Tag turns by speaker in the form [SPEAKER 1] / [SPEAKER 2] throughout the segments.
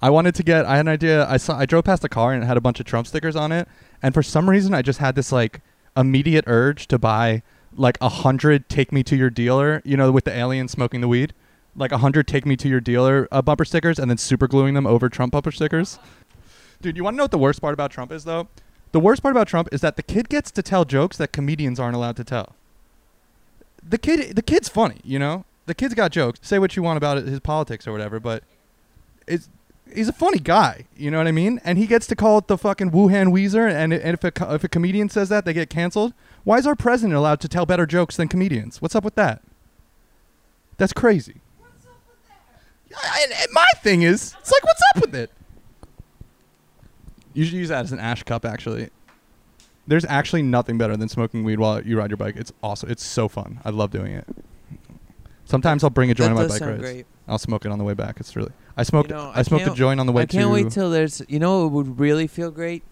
[SPEAKER 1] I wanted to get. I had an idea. I saw. I drove past a car and it had a bunch of Trump stickers on it, and for some reason, I just had this like immediate urge to buy like a hundred "Take Me to Your Dealer," you know, with the alien smoking the weed, like a hundred "Take Me to Your Dealer" uh, bumper stickers, and then super gluing them over Trump bumper stickers. Dude, you want to know what the worst part about Trump is though? The worst part about Trump is that the kid gets to tell jokes that comedians aren't allowed to tell. The kid, the kid's funny, you know. The kid's got jokes. Say what you want about it, his politics or whatever, but it's he's a funny guy. You know what I mean? And he gets to call it the fucking Wuhan Weezer. And, and if, a, co- if a comedian says that, they get canceled. Why is our president allowed to tell better jokes than comedians? What's up with that? That's crazy. I- I- and my thing is, it's like, what's up with it? You should use that as an ash cup, actually. There's actually nothing better than smoking weed while you ride your bike. It's awesome. It's so fun. I love doing it. Sometimes I'll bring a joint on
[SPEAKER 2] that
[SPEAKER 1] my
[SPEAKER 2] does
[SPEAKER 1] bike
[SPEAKER 2] sound
[SPEAKER 1] rides.
[SPEAKER 2] great.
[SPEAKER 1] I'll smoke it on the way back. It's really. I smoked.
[SPEAKER 2] know,
[SPEAKER 1] I,
[SPEAKER 2] I
[SPEAKER 1] smoked a
[SPEAKER 2] can't-
[SPEAKER 1] joint on the way
[SPEAKER 2] I can't
[SPEAKER 1] to.
[SPEAKER 2] wait till there's. You know, it would really feel great.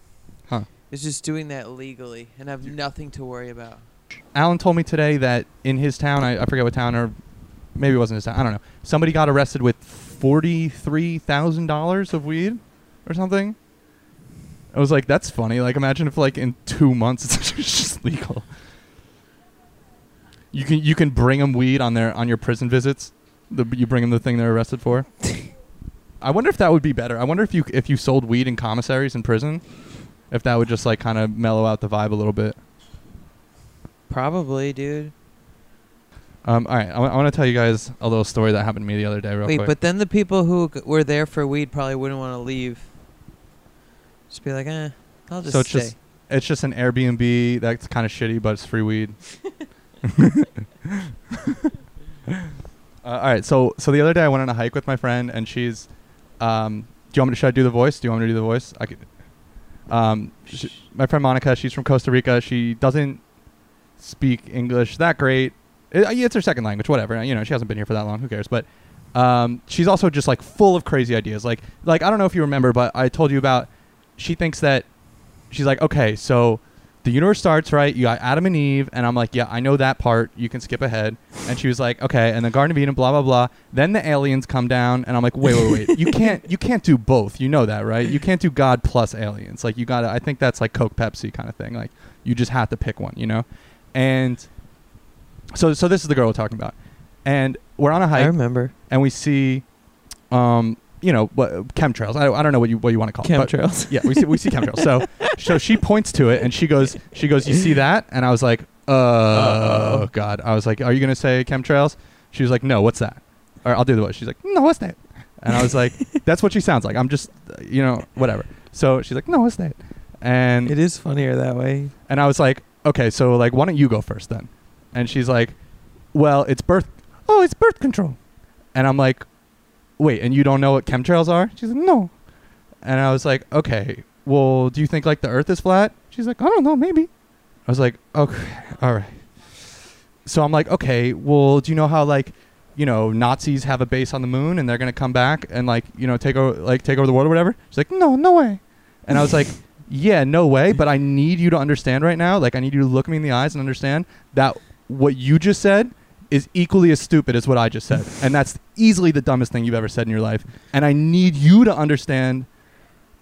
[SPEAKER 1] Huh.
[SPEAKER 2] Is just doing that legally and have nothing to worry about.
[SPEAKER 1] Alan told me today that in his town, I, I forget what town, or maybe it wasn't his town. I don't know. Somebody got arrested with forty-three thousand dollars of weed, or something. I was like, that's funny. Like, imagine if like in two months it's just legal. You can you can bring them weed on their on your prison visits. The, you bring them the thing they're arrested for. I wonder if that would be better. I wonder if you if you sold weed in commissaries in prison, if that would just like kind of mellow out the vibe a little bit.
[SPEAKER 2] Probably, dude.
[SPEAKER 1] Um, all right, I, want to tell you guys a little story that happened to me the other day, real
[SPEAKER 2] wait,
[SPEAKER 1] quick.
[SPEAKER 2] but then the people who g- were there for weed probably wouldn't want to leave. Just be like, eh, I'll just
[SPEAKER 1] So it's
[SPEAKER 2] stay.
[SPEAKER 1] just- it's just an Airbnb that's kind of shitty, but it's free weed. uh, all right, so so the other day I went on a hike with my friend, and she's, um, do you want me to should I do the voice? Do you want me to do the voice? I could. Um, sh my friend Monica, she's from Costa Rica. She doesn't speak English that great. It- uh, yeah, it's her second language, whatever. You know, she hasn't been here for that long. Who cares? But um, she's also just like full of crazy ideas. Like, like I don't know if you remember, but I told you about. She thinks that she's like, okay, so the universe starts right. You got Adam and Eve, and I'm like, yeah, I know that part. You can skip ahead. And she was like, okay, and the Garden of Eden, blah blah blah. Then the aliens come down, and I'm like, wait, wait, wait. you can't, you can't do both. You know that, right? You can't do God plus aliens. Like you gotta. I think that's like Coke Pepsi kind of thing. Like you just have to pick one, you know. And so, so this is the girl we're talking about, and we're on a
[SPEAKER 2] I
[SPEAKER 1] hike
[SPEAKER 2] remember
[SPEAKER 1] and we see, um, you know, what chemtrails. I, I don't know what you what you want to
[SPEAKER 2] Oh,
[SPEAKER 1] call it. but-
[SPEAKER 2] chemtrails.
[SPEAKER 1] yeah, we see we see chemtrails. So so she points to it and she goes she goes, "You see that?" And I was like, "Oh
[SPEAKER 2] Uh-oh.
[SPEAKER 1] god." I was like, "Are you going to say chemtrails?" She was like, "No, what's that?" Or I'll do the voice. She's like, "No, what's that?" And I was like, "That's what she sounds like. I'm just, uh, you know, whatever." So she's like, "No, what's that?" And
[SPEAKER 2] it is funnier that way.
[SPEAKER 1] and I was like, okay, so like, why don't you go first then? And she's like, well, it's birth. Oh, it's birth control. And I'm like, wait, and you don't know what chemtrails are? She's like, no. And I was like, okay, well, do you think like the Earth is flat? She's like, I don't know, maybe. I was like, okay, all right. So I'm like, okay, well, do you know how like, you know, Nazis have a base on the moon and they're gonna come back and like, you know, take over like take over the world or whatever? She's like, no, no way. And I was like, yeah, no way. But I need you to understand right now. Like, I need you to look me in the eyes and understand that what you just said is equally as stupid as what I just said, and that's easily the dumbest thing you've ever said in your life. And I need you to understand.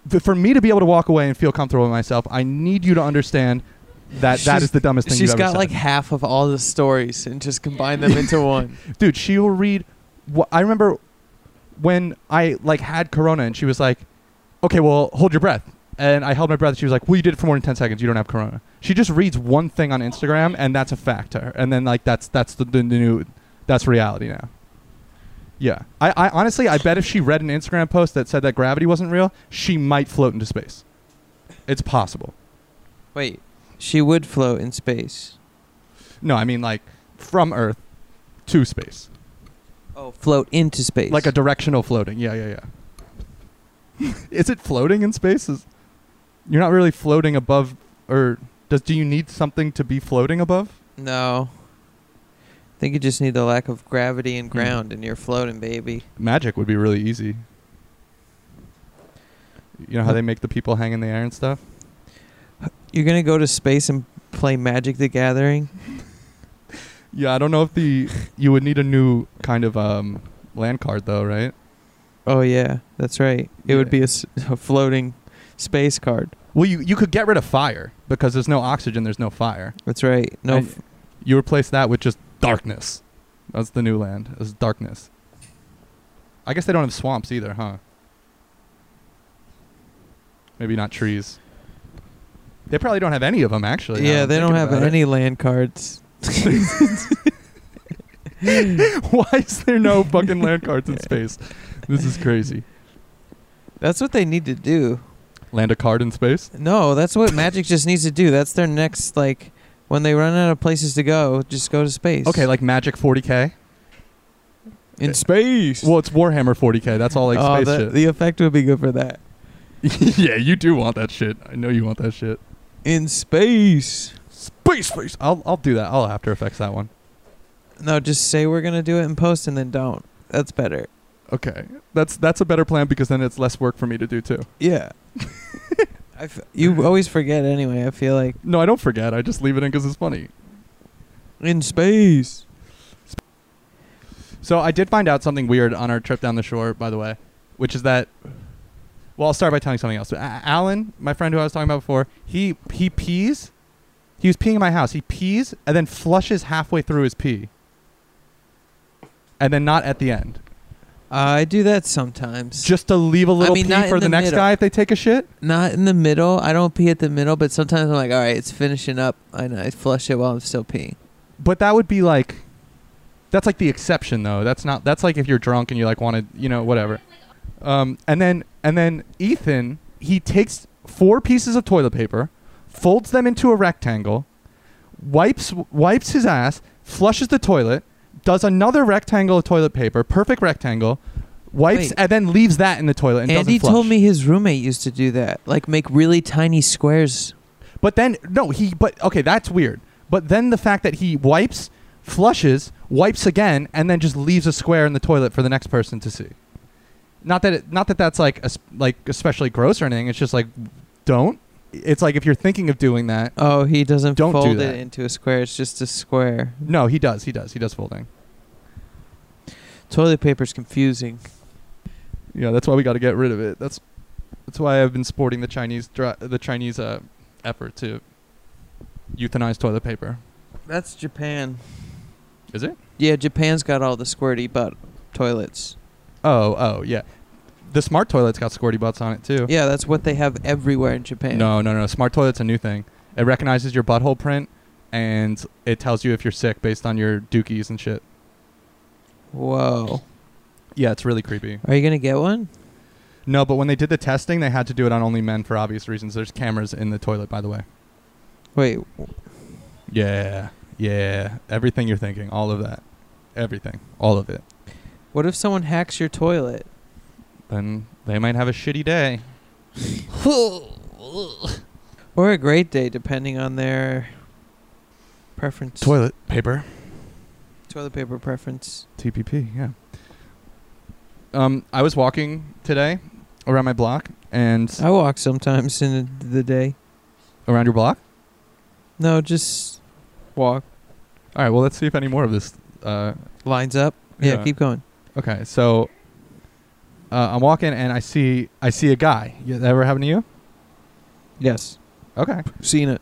[SPEAKER 1] th- For me to be able to walk away and feel comfortable with myself, I need you to understand that that
[SPEAKER 2] She's-
[SPEAKER 1] is the dumbest thing
[SPEAKER 2] She's
[SPEAKER 1] you've ever
[SPEAKER 2] got
[SPEAKER 1] said.
[SPEAKER 2] like half of all the stories and just combined them into one.
[SPEAKER 1] dude she will read wh- i remember when i like had corona and she was like okay well hold your breath and i held my breath she was like well you did it for more than 10 seconds you don't have corona she just reads one thing on instagram and that's a fact to her and then like that's that's the, the, the new that's reality now yeah I, I honestly i bet if she read an instagram post that said that gravity wasn't real she might float into space it's possible
[SPEAKER 2] Wait, she would float in space.
[SPEAKER 1] no i mean like from earth to space
[SPEAKER 2] Oh, float into space.
[SPEAKER 1] Like a directional floating. Yeah, yeah, yeah. Is it floating in space? Is, you're not really floating above, or does do you need something to be floating above?
[SPEAKER 2] no. I think you just need the lack of gravity
[SPEAKER 1] Hmm.
[SPEAKER 2] and ground, and you're floating, baby.
[SPEAKER 1] Magic would be really easy. You know how they make the people hang in the air and stuff.
[SPEAKER 2] You're gonna go to space and play Magic the Gathering.
[SPEAKER 1] Yeah, I don't know if the you would need a new kind of um, land card though, right?
[SPEAKER 2] Oh yeah, that's right. It would
[SPEAKER 1] Yeah.
[SPEAKER 2] be a, s- a floating space card.
[SPEAKER 1] Well, you you could get rid of fire because there's no oxygen, there's no fire.
[SPEAKER 2] That's right. No,
[SPEAKER 1] And
[SPEAKER 2] f-
[SPEAKER 1] you replace that with just darkness. That's the new land. It's darkness. I guess they don't have swamps either, huh? Maybe not trees. They probably don't have any of them actually. now
[SPEAKER 2] yeah,
[SPEAKER 1] I'm
[SPEAKER 2] they don't
[SPEAKER 1] thinking
[SPEAKER 2] have
[SPEAKER 1] about it.
[SPEAKER 2] any land cards.
[SPEAKER 1] Why is there no fucking land cards in space? This is crazy.
[SPEAKER 2] That's what they need to do.
[SPEAKER 1] Land a card in space?
[SPEAKER 2] No, that's what Magic just needs to do. That's their next like when they run out of places to go, just go to space.
[SPEAKER 1] Okay, like eh. Magic 40K.
[SPEAKER 2] in space.
[SPEAKER 1] Well, it's Warhammer 40K. That's all like
[SPEAKER 2] oh,
[SPEAKER 1] space
[SPEAKER 2] the,
[SPEAKER 1] shit.
[SPEAKER 2] the effect would be good for that.
[SPEAKER 1] yeah, you do want that shit. I know you want that shit.
[SPEAKER 2] In space.
[SPEAKER 1] Space face. I'll I'll do that. I'll After Effects that one.
[SPEAKER 2] No, just say we're gonna do it in post and then don't. That's better.
[SPEAKER 1] Okay, that's that's a better plan because then it's less work for me to do too.
[SPEAKER 2] Yeah. I f- you always forget anyway. I feel like
[SPEAKER 1] No, I don't forget. I just leave it in because it's funny.
[SPEAKER 2] in space.
[SPEAKER 1] So I did find out something weird on our trip down the shore, by the way, which is that. Well, I'll start by telling something else. A- Alan, my friend who I was talking about before, he he pees. He was peeing in my house. He pees and then flushes halfway through his pee. And then not at the end,
[SPEAKER 2] Uh, I do that sometimes.
[SPEAKER 1] just to leave a little
[SPEAKER 2] mean, not
[SPEAKER 1] pee for
[SPEAKER 2] in
[SPEAKER 1] the,
[SPEAKER 2] the
[SPEAKER 1] next
[SPEAKER 2] middle.
[SPEAKER 1] guy if they take a shit.
[SPEAKER 2] Not in the middle. I don't pee at the middle, but sometimes I'm like, all right, it's finishing up, and I flush it while I'm still peeing.
[SPEAKER 1] But that would be like, that's like the exception though. That's not. That's like if you're drunk and you like want to, you know, whatever. Um, and then and then Ethan he takes four pieces of toilet paper, folds them into a rectangle, wipes wipes his ass, flushes the toilet, does another rectangle of toilet paper, perfect rectangle, wipes
[SPEAKER 2] Wait.
[SPEAKER 1] and then leaves that in the toilet and
[SPEAKER 2] Andy
[SPEAKER 1] doesn't flush.
[SPEAKER 2] told me his roommate used to do that, like make really tiny squares.
[SPEAKER 1] But then no, he but okay, that's weird. But then the fact that he wipes, flushes, wipes again, and then just leaves a square in the toilet for the next person to see. Not that it, not that that's like es- like especially gross or anything. It's just like don't. It's like if you're thinking of doing that.
[SPEAKER 2] Oh, he doesn't
[SPEAKER 1] Don't do
[SPEAKER 2] fold
[SPEAKER 1] that.
[SPEAKER 2] it into a square. It's just a square.
[SPEAKER 1] No, he does. He does. He does folding.
[SPEAKER 2] Toilet paper's confusing.
[SPEAKER 1] Yeah, that's why we got to get rid of it. That's that's why I've been sporting the Chinese dri- the Chinese uh, effort to euthanize toilet paper.
[SPEAKER 2] That's Japan.
[SPEAKER 1] Is it?
[SPEAKER 2] Yeah, Japan's got all the squirty butt toilets.
[SPEAKER 1] Oh, oh, yeah. The smart toilet's got squirty butts on it too.
[SPEAKER 2] Yeah, that's what they have everywhere in Japan.
[SPEAKER 1] No, no, no. Smart toilet's a new thing. It recognizes your butthole print and it tells you if you're sick based on your dookies and shit.
[SPEAKER 2] Whoa.
[SPEAKER 1] Yeah, it's really creepy.
[SPEAKER 2] Are you gonna get one?
[SPEAKER 1] No, but when they did the testing, they had to do it on only men for obvious reasons. There's cameras in the toilet, by the way.
[SPEAKER 2] Wait,
[SPEAKER 1] Yeah, yeah. Everything you're thinking, all of that. Everything, all of it.
[SPEAKER 2] what if someone hacks your toilet?
[SPEAKER 1] Then they might have a shitty day.
[SPEAKER 2] Or a great day, depending on their preference.
[SPEAKER 1] Toilet paper.
[SPEAKER 2] Toilet paper preference.
[SPEAKER 1] TPP, yeah. Um, I was walking today around my block and
[SPEAKER 2] I walk sometimes in the- the day.
[SPEAKER 1] around your block.
[SPEAKER 2] No, just walk.
[SPEAKER 1] All right, well, let's see if any more of this. Uh,
[SPEAKER 2] Lines up. Yeah,
[SPEAKER 1] Yeah.
[SPEAKER 2] keep going.
[SPEAKER 1] okay, so uh, I'm walking and I see I see a guy. Yeah, That ever happened to you?
[SPEAKER 2] Yes.
[SPEAKER 1] Okay.
[SPEAKER 2] Seen it.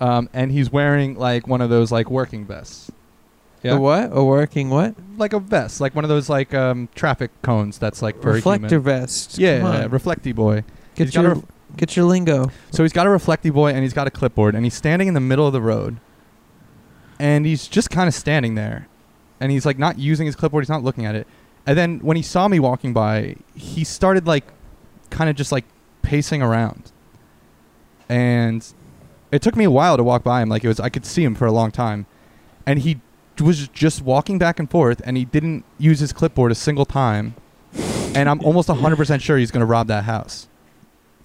[SPEAKER 1] Um, and he's wearing like one of those like working vests.
[SPEAKER 2] A what? A working what?
[SPEAKER 1] Like a vest, like one of those like um, traffic cones that's like for a
[SPEAKER 2] Reflector
[SPEAKER 1] human.
[SPEAKER 2] vest.
[SPEAKER 1] Yeah,
[SPEAKER 2] Come
[SPEAKER 1] yeah,
[SPEAKER 2] on.
[SPEAKER 1] reflecty boy.
[SPEAKER 2] get
[SPEAKER 1] he's got a
[SPEAKER 2] your get your lingo.
[SPEAKER 1] So he's got a reflecty boy and he's got a clipboard and he's standing in the middle of the road. And he's just kind of standing there. And he's like not using his clipboard, he's not looking at it. And then when he saw me walking by, he started like kind of just like pacing around. And it took me a while to walk by him. Like it was I could see him for a long time. And he was just walking back and forth and he didn't use his clipboard a single time. And I'm almost 100% sure he's going to rob that house.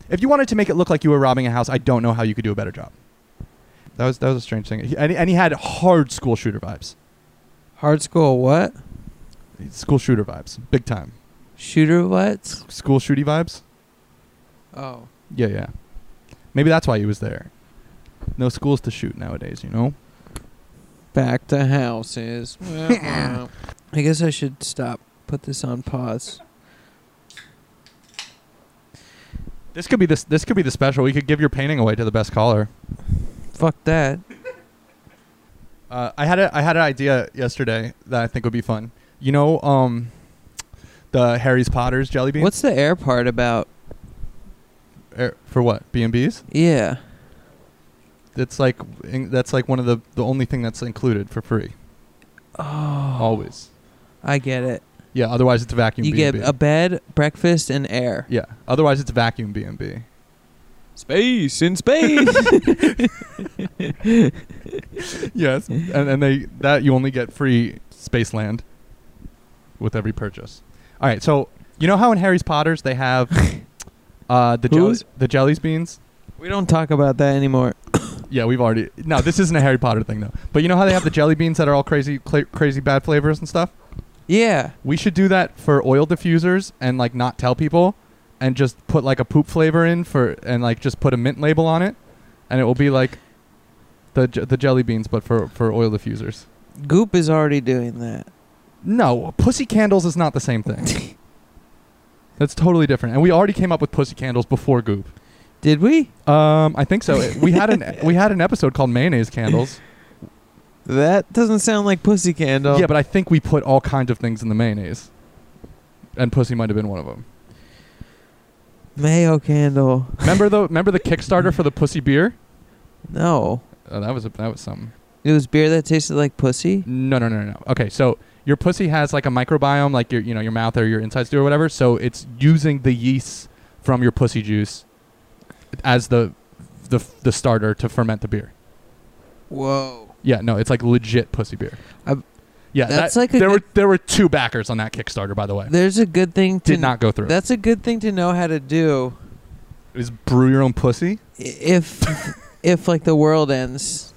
[SPEAKER 1] If you wanted to make it look like you were robbing a house, I don't know how you could do a better job. That was that was a strange thing. He, and, and he had hard school shooter vibes.
[SPEAKER 2] Hard school what?
[SPEAKER 1] School shooter vibes, big time.
[SPEAKER 2] Shooter what?
[SPEAKER 1] School shooty vibes.
[SPEAKER 2] Oh.
[SPEAKER 1] Yeah, yeah. Maybe that's why he was there. No schools to shoot nowadays, you know.
[SPEAKER 2] Back to houses. I guess I should stop. Put this on pause.
[SPEAKER 1] This could be this. This could be the special. We could give your painting away to the best caller.
[SPEAKER 2] Fuck that.
[SPEAKER 1] Uh, I had a I had an idea yesterday that I think would be fun. You know, um, the Harry's Potter's jelly bean.
[SPEAKER 2] What's the air part about?
[SPEAKER 1] Er, for what B and B's?
[SPEAKER 2] Yeah.
[SPEAKER 1] That's like in, that's like one of the the only thing that's included for free.
[SPEAKER 2] Oh.
[SPEAKER 1] Always.
[SPEAKER 2] I get it.
[SPEAKER 1] Yeah. Otherwise, it's a vacuum.
[SPEAKER 2] You
[SPEAKER 1] B&B.
[SPEAKER 2] get a bed, breakfast, and air.
[SPEAKER 1] yeah. Otherwise, it's vacuum B and B.
[SPEAKER 2] Space in space.
[SPEAKER 1] Yes, and, and they that you only get free space land with every purchase. All right, so you know how in Harry's Potter's they have uh, the jelly,
[SPEAKER 2] Who's?
[SPEAKER 1] the jellies beans.
[SPEAKER 2] we don't talk about that anymore.
[SPEAKER 1] Yeah, we've already. No, this isn't a Harry Potter thing though. But you know how they have the jelly beans that are all crazy, cla crazy bad flavors and stuff.
[SPEAKER 2] Yeah.
[SPEAKER 1] We should do that for oil diffusers and like not tell people, and just put like a poop flavor in for and like just put a mint label on it, and it will be like the j- the jelly beans, but for for oil diffusers.
[SPEAKER 2] Goop is already doing that.
[SPEAKER 1] No, pussy candles is not the same thing. That's totally different. And we already came up with pussy candles before Goop.
[SPEAKER 2] Did we?
[SPEAKER 1] Um, I think so. It- we had an we had an episode called mayonnaise candles.
[SPEAKER 2] That doesn't sound like pussy candle.
[SPEAKER 1] Yeah, but I think we put all kinds of things in the mayonnaise, and pussy might have been one of them.
[SPEAKER 2] Mayo candle.
[SPEAKER 1] Remember the remember the Kickstarter for the pussy beer?
[SPEAKER 2] No.
[SPEAKER 1] Uh, that was a, that was something.
[SPEAKER 2] It was beer that tasted like pussy.
[SPEAKER 1] No, no, no, no, no. Okay, so your pussy has like a microbiome, like your you know your mouth or your insides do or whatever. So it's using the yeast from your pussy juice as the the the starter to ferment the beer.
[SPEAKER 2] Whoa.
[SPEAKER 1] Yeah, no, it's like legit pussy beer.
[SPEAKER 2] I've-
[SPEAKER 1] yeah,
[SPEAKER 2] Uh, That's
[SPEAKER 1] that-
[SPEAKER 2] like a
[SPEAKER 1] there were
[SPEAKER 2] good-
[SPEAKER 1] there were two backers on that Kickstarter, by the way.
[SPEAKER 2] There's a good thing to
[SPEAKER 1] Did not go through.
[SPEAKER 2] That's a good thing to know how to do
[SPEAKER 1] Is brew your own pussy?
[SPEAKER 2] i- if if like the world ends.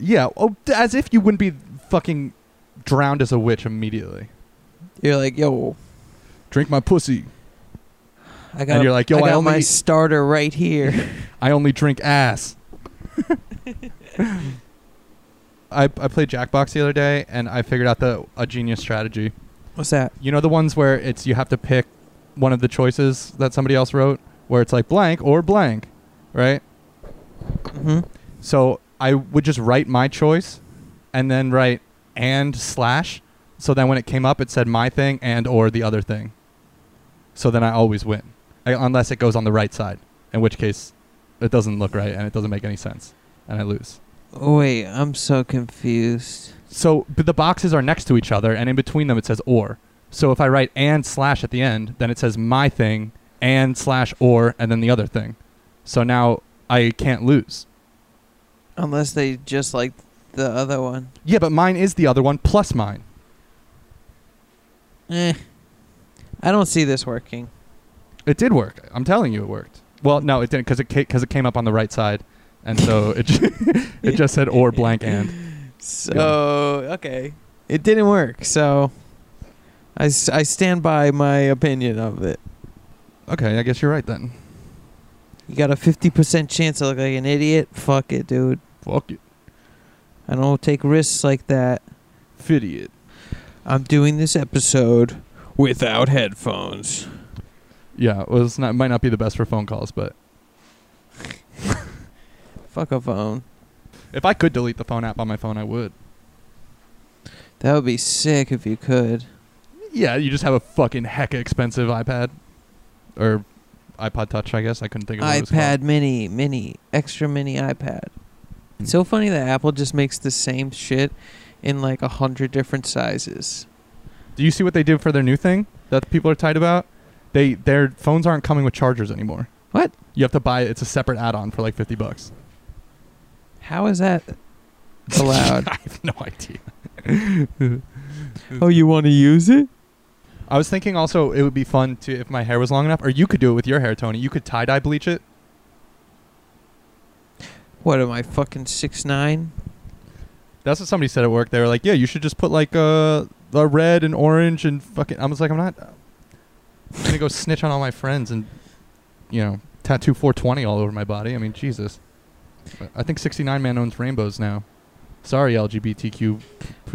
[SPEAKER 1] Yeah, oh, d- as if you wouldn't be fucking drowned as a witch immediately.
[SPEAKER 2] You're like, yo,
[SPEAKER 1] Drink my pussy.
[SPEAKER 2] I got
[SPEAKER 1] And you're like, yo,
[SPEAKER 2] I
[SPEAKER 1] I
[SPEAKER 2] got
[SPEAKER 1] only-
[SPEAKER 2] my starter right here.
[SPEAKER 1] I only drink ass. I, I played Jackbox the other day and I figured out the a genius strategy.
[SPEAKER 2] What's that?
[SPEAKER 1] You know the ones where it's you have to pick one of the choices that somebody else wrote, where it's like blank or blank, right?
[SPEAKER 2] hmm
[SPEAKER 1] So I would just write my choice and then write and slash. So then when it came up, it said my thing and or the other thing. So then I always win, I, unless it goes on the right side, in which case it doesn't look right and it doesn't make any sense and I lose.
[SPEAKER 2] Oh, Wait, I'm so confused.
[SPEAKER 1] So but the boxes are next to each other and in between them it says or. So if I write and slash at the end, then it says my thing and slash or and then the other thing. So now I can't lose.
[SPEAKER 2] Unless they just like the other one.
[SPEAKER 1] Yeah, but mine is the other one plus mine.
[SPEAKER 2] Eh. I don't see this working.
[SPEAKER 1] It did work. I'm telling you, it worked. Well, no, it didn't because it because it came up on the right side, and so it ju- it just said or blank and.
[SPEAKER 2] So okay, it didn't work. So I, s- I stand by my opinion of it.
[SPEAKER 1] Okay, I guess you're right then.
[SPEAKER 2] You got a fifty percent chance to look like an idiot. Fuck it, dude.
[SPEAKER 1] Fuck it,
[SPEAKER 2] I don't take risks like that.
[SPEAKER 1] idiot.
[SPEAKER 2] I'm doing this episode without headphones.
[SPEAKER 1] Yeah, well, it's not might not be the best for phone calls, but
[SPEAKER 2] Fuck a phone.
[SPEAKER 1] if I could delete the phone app on my phone, I would.
[SPEAKER 2] That would be sick if you could.
[SPEAKER 1] Yeah, you just have a fucking hecka expensive iPad, or iPod Touch, I guess. I couldn't think of what it was
[SPEAKER 2] iPad mini, mini, extra mini iPad. It's so funny that Apple just makes the same shit in like a hundred different sizes.
[SPEAKER 1] called. Do you see what they did for their new thing that people are tight about? They their phones aren't coming with chargers anymore.
[SPEAKER 2] What?
[SPEAKER 1] You have to buy it's a separate add-on for like fifty bucks.
[SPEAKER 2] How is that allowed?
[SPEAKER 1] I have no idea.
[SPEAKER 2] oh, you want to use it?
[SPEAKER 1] I was thinking also it would be fun to if my hair was long enough, or you could do it with your hair, Tony. You could tie dye bleach it.
[SPEAKER 2] What am I fucking six nine?
[SPEAKER 1] That's what somebody said at work. They were like, "Yeah, you should just put like a uh, a red and orange and fucking." I was like, "I'm not. I'm gonna go snitch on all my friends and you know tattoo 420 all over my body." I mean, Jesus. I think 69 man owns rainbows now. Sorry, LGBTQ.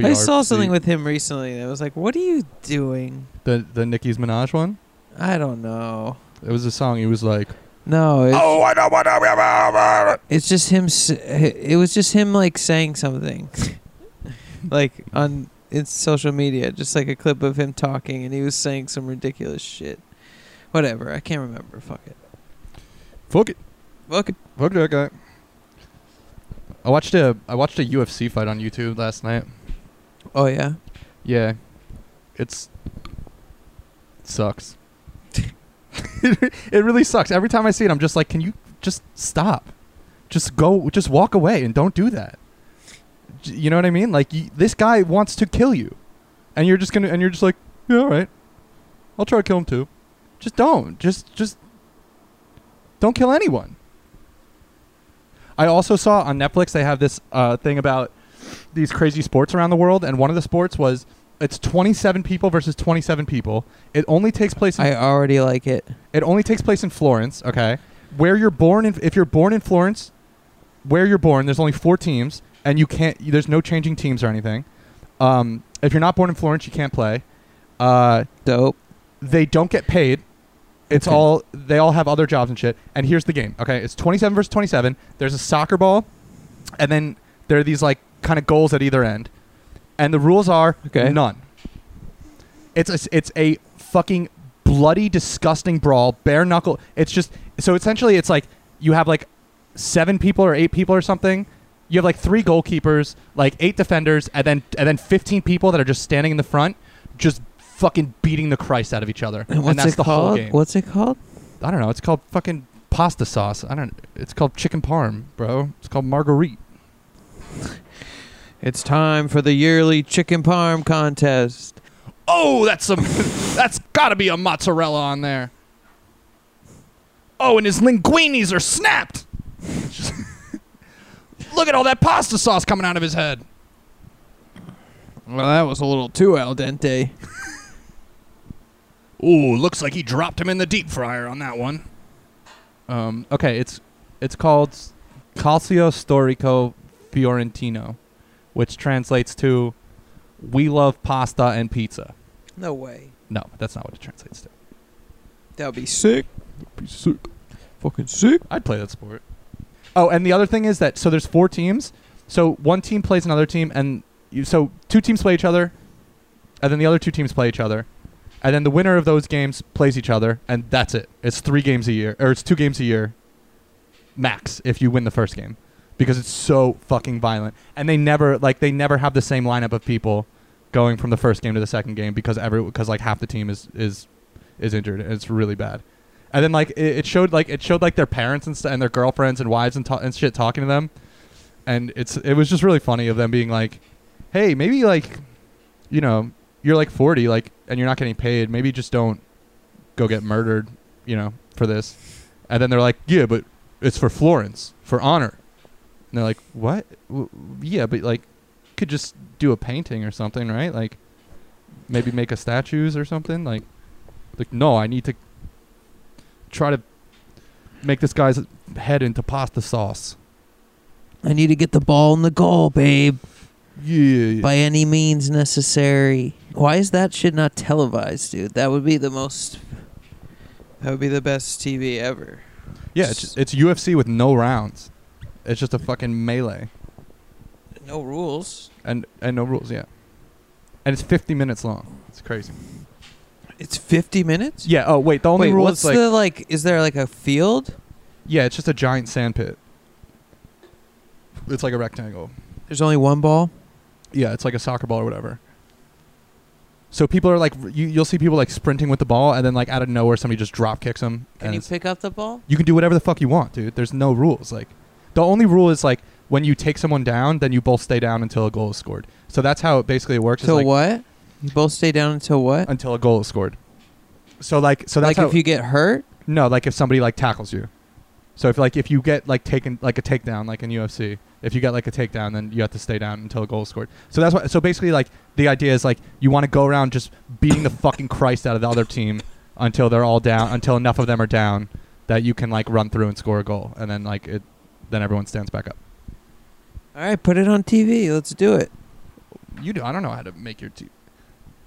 [SPEAKER 2] I saw something with him recently that was like, "What are you doing?"
[SPEAKER 1] the the Nicki's Minaj one.
[SPEAKER 2] I don't know.
[SPEAKER 1] It was a song. He was like,
[SPEAKER 2] No, it's,
[SPEAKER 1] "Oh, I know what I
[SPEAKER 2] it's just him. s- It was just him like saying something, like on it's social media, just like a clip of him talking, and he was saying some ridiculous shit. Whatever, I can't remember. Fuck it.
[SPEAKER 1] Fuck it,
[SPEAKER 2] Fuck it.
[SPEAKER 1] fuck that guy." I watched a I watched a UFC fight on YouTube last night.
[SPEAKER 2] Oh yeah.
[SPEAKER 1] Yeah, it's sucks. it really sucks. Every time I see it, I'm just like, can you just stop? Just go. Just walk away and don't do that. J- You know what I mean? Like y- this guy wants to kill you, and you're just gonna and you're just like, yeah, all right, I'll try to kill him too. Just don't. Just just don't kill anyone. I also saw on Netflix they have this uh, thing about these crazy sports around the world, and one of the sports was it's 27 people versus 27 people. It only takes place. In,
[SPEAKER 2] I already like it.
[SPEAKER 1] it only takes place in Florence. Okay, where you're born. In, if you're born in Florence, where you're born, there's only four teams, and you can't. There's no changing teams or anything. Um, if you're not born in Florence, you can't play. Uh,
[SPEAKER 2] Dope.
[SPEAKER 1] they don't get paid. It's
[SPEAKER 2] Okay.
[SPEAKER 1] all they all have other jobs and shit. And here's the game. Okay, it's 27 versus 27. There's a soccer ball, and then there are these like kind of goals at either end, and the rules are
[SPEAKER 2] Okay.
[SPEAKER 1] none. It's a, s- it's a fucking bloody, disgusting brawl, bare knuckle. It's just so essentially it's like you have like seven people or eight people or something. You have like three goalkeepers, like eight defenders, and then and then 15 people that are just standing in the front, just fucking beating the Christ out of each other.
[SPEAKER 2] And what's
[SPEAKER 1] that's
[SPEAKER 2] it
[SPEAKER 1] the whole
[SPEAKER 2] called?
[SPEAKER 1] game.
[SPEAKER 2] What's it called?
[SPEAKER 1] I don't know. It's called fucking pasta sauce. I don't. It's called chicken parm, bro. It's called marguerite.
[SPEAKER 2] It's time for the yearly chicken parm contest.
[SPEAKER 1] Oh, that's some. that's gotta be a mozzarella on there. Oh, and his linguinis are snapped. Just- Look at all that pasta sauce coming out of his head.
[SPEAKER 2] Well, that was a little too al dente.
[SPEAKER 1] Ooh, looks like he dropped him in the deep fryer on that one. Um, okay, it's it's called Calcio Storico Fiorentino, which translates to "We love pasta and pizza."
[SPEAKER 2] No way.
[SPEAKER 1] No, that's not what it translates to.
[SPEAKER 2] That would be sick.
[SPEAKER 1] Be sick.
[SPEAKER 2] Fucking sick.
[SPEAKER 1] I'd play that sport. Oh, and the other thing is that so there's four teams. So one team plays another team, and you, so two teams play each other, and then the other two teams play each other, and then the winner of those games plays each other, and that's it. It's three games a year, or it's two games a year, max if you win the first game, because it's so fucking violent, and they never like they never have the same lineup of people going from the first game to the second game because every because like half the team is is is injured, and it's really bad. And then like it, it showed like it showed like their parents and st- and their girlfriends and wives and, ta- and shit talking to them, and it's it was just really funny of them being like, "Hey, maybe like, you know, you're like 40, like, and you're not getting paid. Maybe just don't go get murdered, you know, for this." And then they're like, "Yeah, but it's for Florence, for honor." And they're like, "What? W- yeah, but like, could just do a painting or something, right? Like, maybe make a statues or something. Like, like no, I need to." try to make this guy's head into pasta sauce.
[SPEAKER 2] I need to get the ball in the goal, babe,
[SPEAKER 1] Yeah.
[SPEAKER 2] by any means necessary. Why is that shit not televised, dude? That would be the most. That would be the best TV ever.
[SPEAKER 1] yeah, it's, it's UFC with no rounds. It's just a fucking melee
[SPEAKER 2] No rules.
[SPEAKER 1] and and no rules, yeah. And it's 50 minutes long. It's crazy.
[SPEAKER 2] It's 50 minutes?
[SPEAKER 1] Yeah, oh wait, the only
[SPEAKER 2] Wait,
[SPEAKER 1] rule
[SPEAKER 2] what's
[SPEAKER 1] is like
[SPEAKER 2] the, like, is there like a field?
[SPEAKER 1] yeah, it's just a giant sand pit. It's like a rectangle.
[SPEAKER 2] There's only one ball?
[SPEAKER 1] Yeah, it's like a soccer ball or whatever. So people are like you, you'll see people like sprinting with the ball and then like out of nowhere somebody just drop kicks them
[SPEAKER 2] Can
[SPEAKER 1] and
[SPEAKER 2] you
[SPEAKER 1] it's-
[SPEAKER 2] pick up the ball?
[SPEAKER 1] you can do whatever the fuck you want, dude. There's no rules. Like the only rule is like when you take someone down, then you both stay down until a goal is scored. So that's how it basically works. is,
[SPEAKER 2] Till
[SPEAKER 1] like,
[SPEAKER 2] what? You both stay down until what?
[SPEAKER 1] Until a goal is scored. So like so that's
[SPEAKER 2] like
[SPEAKER 1] how,
[SPEAKER 2] if you get hurt?
[SPEAKER 1] no like if somebody like tackles you. So if like if you get like taken like a takedown like in UFC, if you get like a takedown, then you have to stay down until a goal is scored. So that's why. So basically, like the idea is like you want to go around just beating the fucking Christ out of the other team until they're all down, until enough of them are down that you can like run through and score a goal, and then like it, then everyone stands back up.
[SPEAKER 2] All right, put it on TV. Let's do it.
[SPEAKER 1] You do. I don't know how to make your team.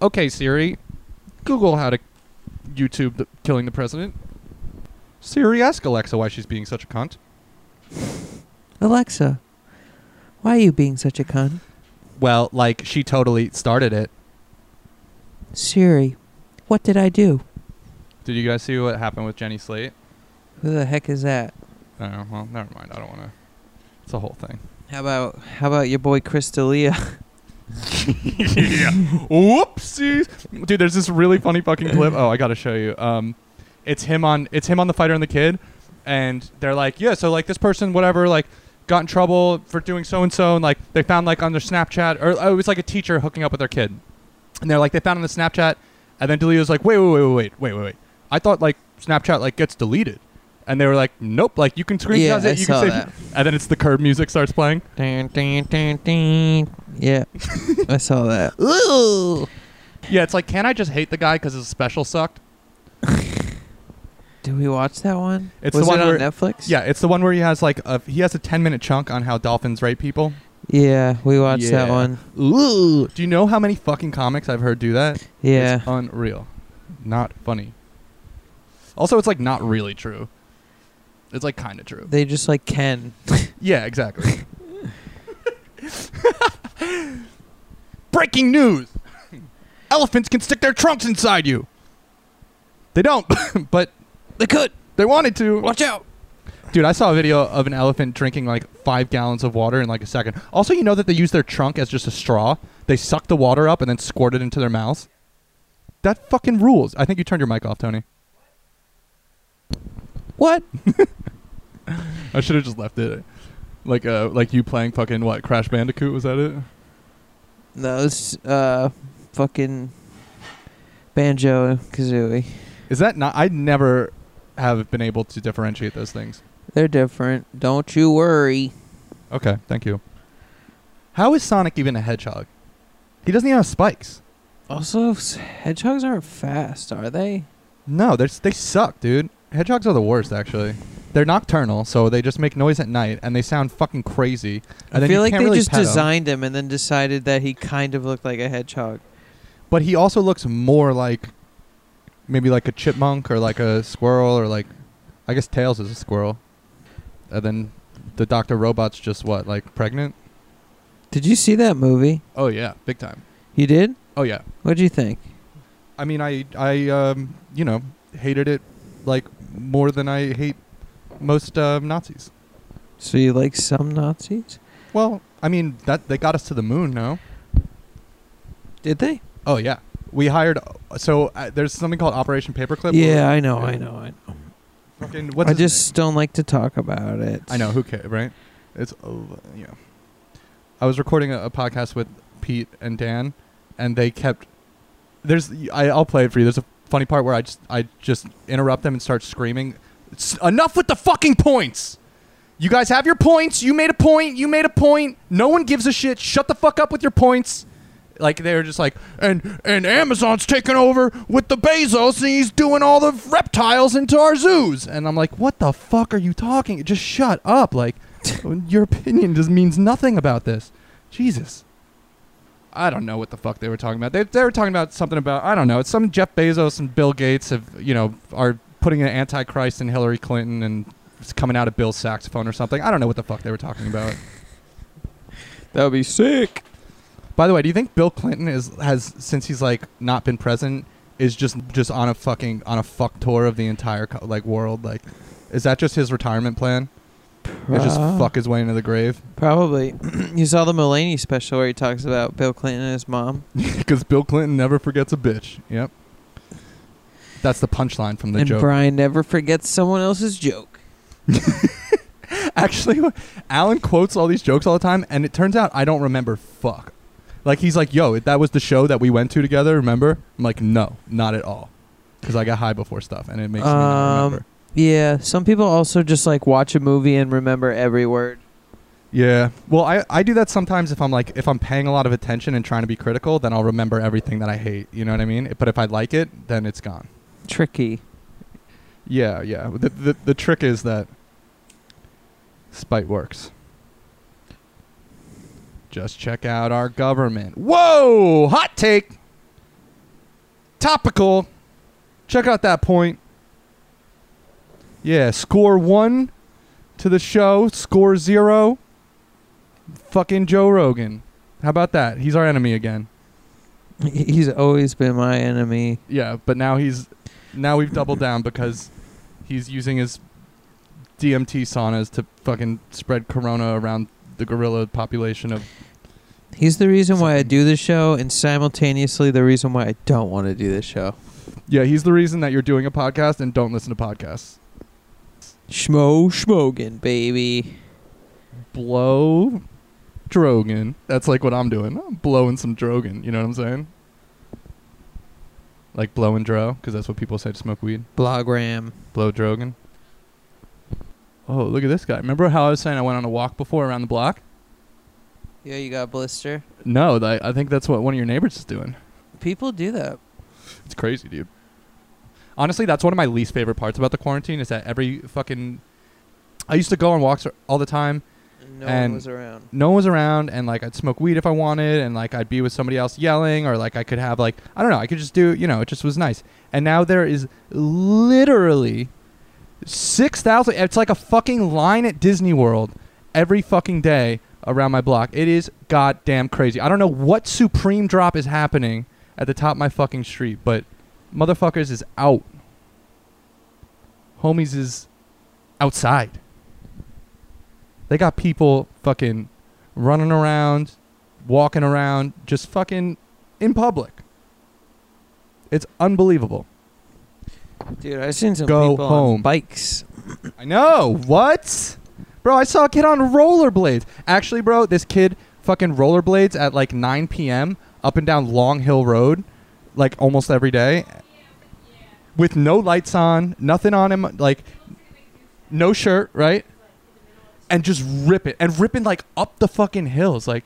[SPEAKER 1] Okay, Siri, Google how to YouTube the, killing the president. Siri, ask Alexa why she's being such a cunt.
[SPEAKER 2] Alexa, why are you being such a cunt?
[SPEAKER 1] Well, like she totally started it.
[SPEAKER 2] Siri, what did I do?
[SPEAKER 1] Did you guys see what happened with Jenny Slate?
[SPEAKER 2] Who the heck is that?
[SPEAKER 1] Oh, well, never mind. I don't want to. It's a whole thing.
[SPEAKER 2] How about how about your boy Chris D'Elia?
[SPEAKER 1] yeah. Whoopsies. Dude, there's this really funny fucking clip. Oh, I gotta show you. Um, it's him on it's him on the fighter and the kid, and they're like, yeah, so like this person, whatever, like got in trouble for doing so and so, and like they found like on their Snapchat or oh, it was like a teacher hooking up with their kid, and they're like they found on the Snapchat, and then Delete was like, wait, wait, wait, wait, wait, wait, wait, wait. I thought like Snapchat like gets deleted, and they were like, nope, like you can screenshot
[SPEAKER 2] Yeah,
[SPEAKER 1] it,
[SPEAKER 2] I
[SPEAKER 1] you
[SPEAKER 2] saw
[SPEAKER 1] can save
[SPEAKER 2] that.
[SPEAKER 1] it, and then it's the curb music starts playing.
[SPEAKER 2] Dun, dun, dun, dun. Yeah, I saw that. Ooh.
[SPEAKER 1] Yeah, it's like, can I just hate the guy because his special sucked?
[SPEAKER 2] Did we watch that one?
[SPEAKER 1] It's
[SPEAKER 2] Was
[SPEAKER 1] the one
[SPEAKER 2] it on
[SPEAKER 1] where-
[SPEAKER 2] Netflix?
[SPEAKER 1] Yeah, it's the one where he has like a he has a ten minute chunk on how dolphins rape people.
[SPEAKER 2] Yeah, we watched that
[SPEAKER 1] Yeah.
[SPEAKER 2] one.
[SPEAKER 1] Ooh. Do you know how many fucking comics I've heard do that?
[SPEAKER 2] Yeah.
[SPEAKER 1] It's unreal. Not funny. Also, it's like not really true. It's like kind of true.
[SPEAKER 2] They just like Ken.
[SPEAKER 1] Yeah, exactly. Breaking news. Elephants can stick their trunks inside you. They don't, but
[SPEAKER 2] They could.
[SPEAKER 1] they wanted to.
[SPEAKER 2] Watch out.
[SPEAKER 1] Dude, I saw a video of an elephant drinking like five gallons of water in like a second. Also, you know that they use their trunk as just a straw. They suck the water up and then squirt it into their mouths. That fucking rules. I think you turned your mic off, Tony.
[SPEAKER 2] What?
[SPEAKER 1] I should have just left it. Like uh, like you playing fucking what? Crash Bandicoot was that it?
[SPEAKER 2] Those uh, fucking banjo and kazooie.
[SPEAKER 1] Is that not? I never have been able to differentiate those things.
[SPEAKER 2] They're different. Don't you worry.
[SPEAKER 1] Okay, thank you. How is Sonic even a hedgehog? He doesn't even have spikes.
[SPEAKER 2] Also, s- hedgehogs aren't fast, are they?
[SPEAKER 1] No, they're, s- they suck, dude. Hedgehogs are the worst, actually. They're nocturnal, so they just make noise at night, and they sound fucking crazy. And
[SPEAKER 2] I
[SPEAKER 1] then
[SPEAKER 2] feel
[SPEAKER 1] you
[SPEAKER 2] like
[SPEAKER 1] can't
[SPEAKER 2] they
[SPEAKER 1] really
[SPEAKER 2] just
[SPEAKER 1] pet 'em.
[SPEAKER 2] designed him and then decided that he kind of looked like a hedgehog.
[SPEAKER 1] But he also looks more like maybe like a chipmunk or like a squirrel or like I guess Tails is a squirrel. And then the Doctor Robot's just what like pregnant?
[SPEAKER 2] Did you see that movie?
[SPEAKER 1] Oh yeah, big time.
[SPEAKER 2] You did?
[SPEAKER 1] Oh yeah.
[SPEAKER 2] What'd you think?
[SPEAKER 1] I mean, I I um you know hated it like more than I hate most um, Nazis.
[SPEAKER 2] So you like some Nazis?
[SPEAKER 1] Well, I mean that they got us to the moon, no?
[SPEAKER 2] Did they?
[SPEAKER 1] Oh yeah, we hired. So uh, there's something called Operation Paperclip.
[SPEAKER 2] yeah, I know, I know, I know.
[SPEAKER 1] Fucking, what's
[SPEAKER 2] I
[SPEAKER 1] his
[SPEAKER 2] just don't like to talk about it.
[SPEAKER 1] name? I know. Who cares, right? It's over. Yeah. I was recording a, a podcast with Pete and Dan, and they kept. There's. I, I'll play it for you. There's a funny part where I just I just interrupt them and start screaming. "It's enough with the fucking points. You guys have your points. You made a point. You made a point. No one gives a shit. Shut the fuck up with your points. Like they were just like, and and Amazon's taking over with the Bezos, and he's doing all the reptiles into our zoos. And I'm like, what the fuck are you talking? Just shut up. Like, your opinion just means nothing about this. Jesus. I don't know what the fuck they were talking about. They, they were talking about something about I don't know. It's some Jeff Bezos and Bill Gates have you know are putting an antichrist in Hillary Clinton and it's coming out of Bill's saxophone or something. I don't know what the fuck they were talking about.
[SPEAKER 2] That would be sick.
[SPEAKER 1] By the way, do you think Bill Clinton is has since he's like not been present is just just on a fucking on a fuck tour of the entire co- like world? Like, is that just his retirement plan? Is just
[SPEAKER 2] Prob-
[SPEAKER 1] fuck his way into the grave
[SPEAKER 2] Probably. you saw the Mulaney special where he talks about Bill Clinton and his mom
[SPEAKER 1] because Bill Clinton never forgets a bitch. Yep, that's the punchline from the
[SPEAKER 2] and
[SPEAKER 1] joke.
[SPEAKER 2] Brian never forgets someone else's joke.
[SPEAKER 1] Actually, Alan quotes all these jokes all the time, and it turns out I don't remember fuck. Like he's like, "Yo, that was the show that we went to together." Remember? I'm like, "No, not at all," because I got high before stuff, and it makes me not
[SPEAKER 2] Um,
[SPEAKER 1] remember.
[SPEAKER 2] Yeah, some people also just like watch a movie and remember every word.
[SPEAKER 1] Yeah. Well, I, I do that sometimes if I'm like if I'm paying a lot of attention and trying to be critical, then I'll remember everything that I hate. You know what I mean? But if I like it, then it's gone.
[SPEAKER 2] Tricky.
[SPEAKER 1] Yeah, yeah. The the, the trick is that spite works. Just check out our government. Whoa! Hot take. Topical. Check out that point. Yeah, score one to the show, score zero. Fucking Joe Rogan. How about that? He's our enemy again.
[SPEAKER 2] He's always been my enemy.
[SPEAKER 1] Yeah, but now he's now we've doubled down because he's using his DMT saunas to fucking spread corona around the gorilla population of
[SPEAKER 2] He's the reason why I do this show, and simultaneously the reason why I don't want to do this show.
[SPEAKER 1] Yeah, he's the reason that you're doing a podcast and don't listen to podcasts.
[SPEAKER 2] Schmo Schmogan, baby.
[SPEAKER 1] Blow Drogan. That's like what I'm doing. I'm blowing some Drogan, you know what I'm saying? Like blow and dro, because that's what people say to smoke weed.
[SPEAKER 2] Blogram.
[SPEAKER 1] Blow Drogan. Oh, look at this guy. Remember how I was saying I went on a walk before around the block?
[SPEAKER 2] Yeah, you got blister.
[SPEAKER 1] No, th- I think that's what one of your neighbors is doing.
[SPEAKER 2] People do that.
[SPEAKER 1] It's crazy, dude. Honestly, that's one of my least favorite parts about the quarantine is that every fucking. I used to go on walks all the time.
[SPEAKER 2] No one
[SPEAKER 1] And-
[SPEAKER 2] was around.
[SPEAKER 1] no one was around and like I'd smoke weed if I wanted and like I'd be with somebody else yelling or like I could have like I don't know, I could just do, you know, it just was nice. And now there is literally 6,000 it's like a fucking line at Disney World every fucking day around my block. It is goddamn crazy. I don't know what supreme drop is happening at the top of my fucking street, but motherfuckers is out. Homies is outside. They got people fucking running around, walking around, just fucking in public. It's unbelievable.
[SPEAKER 2] Dude, I've seen some
[SPEAKER 1] Go
[SPEAKER 2] people on
[SPEAKER 1] home.
[SPEAKER 2] bikes.
[SPEAKER 1] I know. What? Bro, I saw a kid on rollerblades. Actually, bro, this kid fucking rollerblades at like 9 p.m. up and down Long Hill Road, like almost every day, with no lights on, nothing on him, like no shirt, right? And just rip it and ripping like up the fucking hills, like,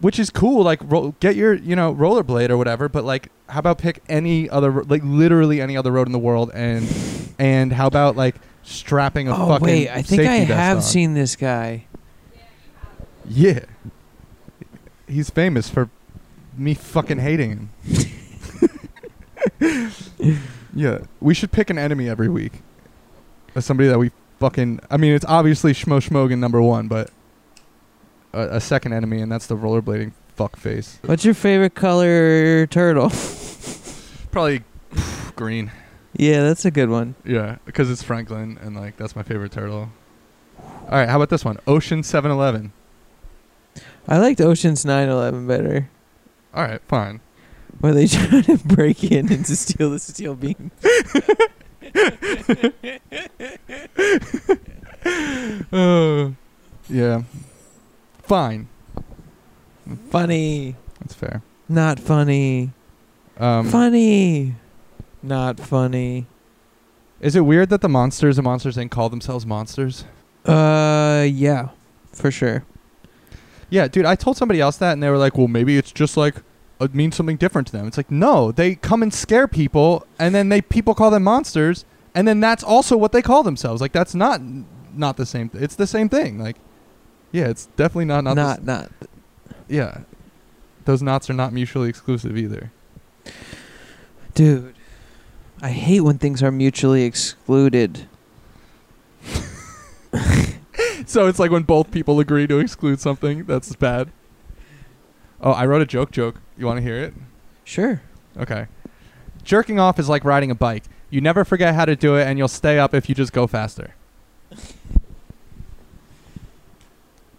[SPEAKER 1] which is cool. Like, ro- get your you know rollerblade or whatever, but like, how about pick any other ro- like literally any other road in the world and and how about like strapping a
[SPEAKER 2] Oh
[SPEAKER 1] fucking
[SPEAKER 2] wait, I think I
[SPEAKER 1] safety vest
[SPEAKER 2] have
[SPEAKER 1] on?
[SPEAKER 2] seen this guy.
[SPEAKER 1] Yeah. He's famous for me fucking hating him. yeah. We should pick an enemy every week. As somebody that we fucking. I mean, it's obviously Schmo Schmogan number one, but a, a second enemy, and that's the rollerblading fuckface.
[SPEAKER 2] What's your favorite color turtle?
[SPEAKER 1] Probably green.
[SPEAKER 2] yeah, that's a good one.
[SPEAKER 1] Yeah, because it's Franklin, and like that's my favorite turtle. All right, how about this one? Ocean 711.
[SPEAKER 2] I liked Ocean's 911 better,
[SPEAKER 1] All right, fine.
[SPEAKER 2] where they try to break in and to steal the steel beam.
[SPEAKER 1] Oh, yeah. Fine.
[SPEAKER 2] Funny,
[SPEAKER 1] That's fair.
[SPEAKER 2] not funny,
[SPEAKER 1] Um,
[SPEAKER 2] funny, not funny.
[SPEAKER 1] Is it weird that the monsters and Monsters Inc. call themselves monsters?
[SPEAKER 2] Uh, yeah, for sure.
[SPEAKER 1] Yeah, dude, I told somebody else that, and they were like, "Well, maybe it's just like it means something different to them." It's like, no, they come and scare people, and then they people call them monsters, and then that's also what they call themselves. Like, that's not not the same. It's the same thing. Like, yeah, it's definitely not not.
[SPEAKER 2] Not
[SPEAKER 1] the
[SPEAKER 2] not,
[SPEAKER 1] s- yeah, those knots are not mutually exclusive either.
[SPEAKER 2] dude. I hate when things are mutually excluded.
[SPEAKER 1] So it's like when both people agree to exclude something, that's bad. Oh, I wrote a joke joke. You want to hear it?
[SPEAKER 2] Sure.
[SPEAKER 1] Okay. Jerking off is like riding a bike. You never forget how to do it and you'll stay up if you just go faster.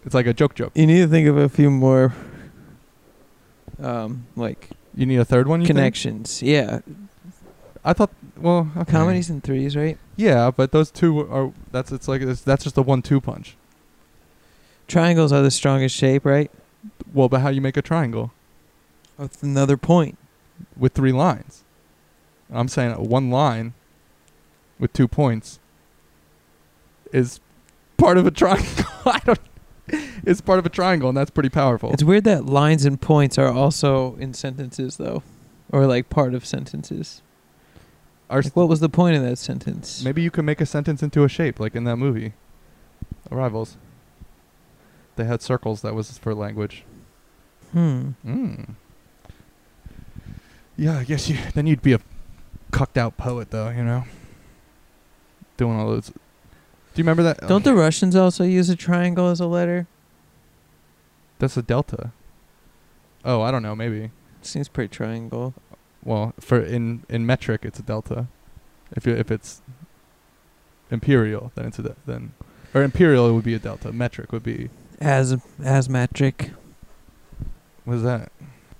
[SPEAKER 1] it's like a joke joke.
[SPEAKER 2] You need to think of a few more, um, like
[SPEAKER 1] You need a third one, you think?
[SPEAKER 2] connections. Yeah,
[SPEAKER 1] I thought well, okay.
[SPEAKER 2] comedies and threes, right?
[SPEAKER 1] Yeah, but those two are that's it's like it's, that's just a one two punch.
[SPEAKER 2] Triangles are the strongest shape, right?
[SPEAKER 1] Well, but how you make a triangle
[SPEAKER 2] That's another point.
[SPEAKER 1] with three lines? I'm saying one line with two points is part of a triangle. I don't it's part of a triangle and that's pretty powerful.
[SPEAKER 2] It's weird that lines and points are also in sentences, though, or like part of sentences.
[SPEAKER 1] Our
[SPEAKER 2] Like, what was the point of that sentence?
[SPEAKER 1] Maybe you can make a sentence into a shape, like in that movie, Arrivals. They had circles. That was for language.
[SPEAKER 2] Hmm.
[SPEAKER 1] Mm. Yeah, I guess you. Then you'd be a cucked out poet, though. You know, doing all those you remember that? Oh,
[SPEAKER 2] Don't the Russians also use a triangle as a letter?
[SPEAKER 1] That's a delta. Oh, I don't know. Maybe.
[SPEAKER 2] Seems pretty triangle.
[SPEAKER 1] Well, for in in metric, it's a delta. If you if it's imperial, then it's a de- then or imperial it would be a delta. Metric would be
[SPEAKER 2] As asthmatic.
[SPEAKER 1] what is that?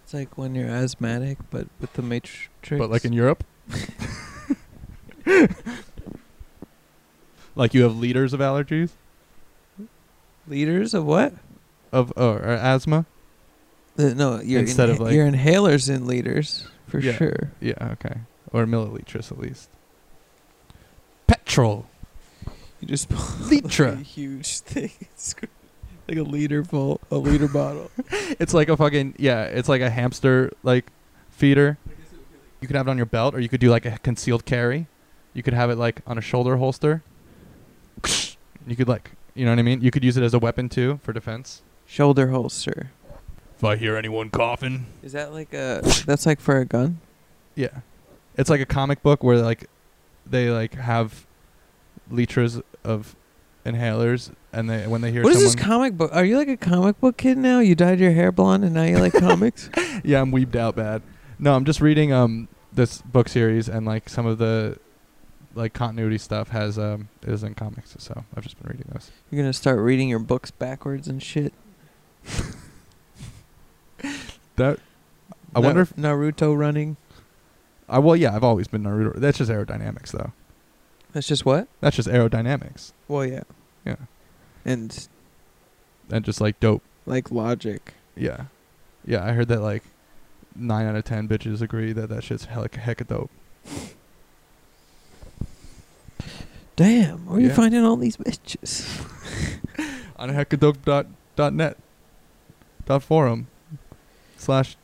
[SPEAKER 2] It's like when you're asthmatic, but with the matrix.
[SPEAKER 1] But like in Europe. like you have liters of allergies
[SPEAKER 2] liters of what?
[SPEAKER 1] of oh, or asthma.
[SPEAKER 2] Uh, no, your
[SPEAKER 1] Instead of,
[SPEAKER 2] inha-
[SPEAKER 1] like-
[SPEAKER 2] your inhalers in liters for
[SPEAKER 1] Yeah.
[SPEAKER 2] sure.
[SPEAKER 1] Yeah. Okay. Or milliliters at least. Petrol.
[SPEAKER 2] You just pull
[SPEAKER 1] Litra.
[SPEAKER 2] a huge thing, Screw- like a liter full, a liter bottle.
[SPEAKER 1] It's like a fucking yeah. It's like a hamster like feeder. You could have it on your belt, or you could do like a concealed carry. You could have it like on a shoulder holster. You could like you know what I mean. You could use it as a weapon too for defense.
[SPEAKER 2] Shoulder holster.
[SPEAKER 1] If I hear anyone coughing,
[SPEAKER 2] Is that like a? That's like for a gun.
[SPEAKER 1] yeah, it's like a comic book where like they like have liters of inhalers, and they when they hear
[SPEAKER 2] What is
[SPEAKER 1] someone,
[SPEAKER 2] this comic book? Are you like a comic book kid now? You dyed your hair blonde and now you like comics?
[SPEAKER 1] yeah, I'm weeped out bad. No, I'm just reading um this book series and like some of the like continuity stuff has um is in comics, so I've just been reading those.
[SPEAKER 2] You're gonna start reading your books backwards and shit.
[SPEAKER 1] That I
[SPEAKER 2] Na-
[SPEAKER 1] wonder if
[SPEAKER 2] Naruto running.
[SPEAKER 1] I well yeah, I've always been Naruto. That's just aerodynamics though.
[SPEAKER 2] That's just what?
[SPEAKER 1] That's just aerodynamics
[SPEAKER 2] Well, yeah.
[SPEAKER 1] Yeah.
[SPEAKER 2] And
[SPEAKER 1] and just like dope.
[SPEAKER 2] like logic.
[SPEAKER 1] Yeah, yeah. I heard that like nine out of ten bitches agree that that shit's hella hecka dope.
[SPEAKER 2] Damn, where are you
[SPEAKER 1] Yeah.
[SPEAKER 2] finding all these bitches?
[SPEAKER 1] On heckadope dot dot net dot forum slash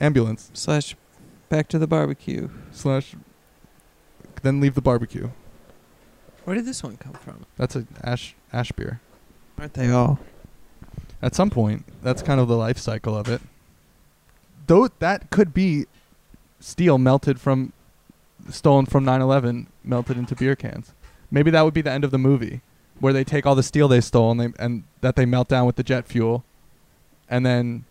[SPEAKER 1] ambulance
[SPEAKER 2] Slash, back to the barbecue.
[SPEAKER 1] slash then leave the barbecue.
[SPEAKER 2] Where did this one come from?
[SPEAKER 1] That's a ash ash beer.
[SPEAKER 2] Aren't they all?
[SPEAKER 1] At some point, that's kind of the life cycle of it. Though that could be steel melted from stolen from 9/11 melted into beer cans. Maybe that would be the end of the movie where they take all the steel they stole and they and that they melt down with the jet fuel and then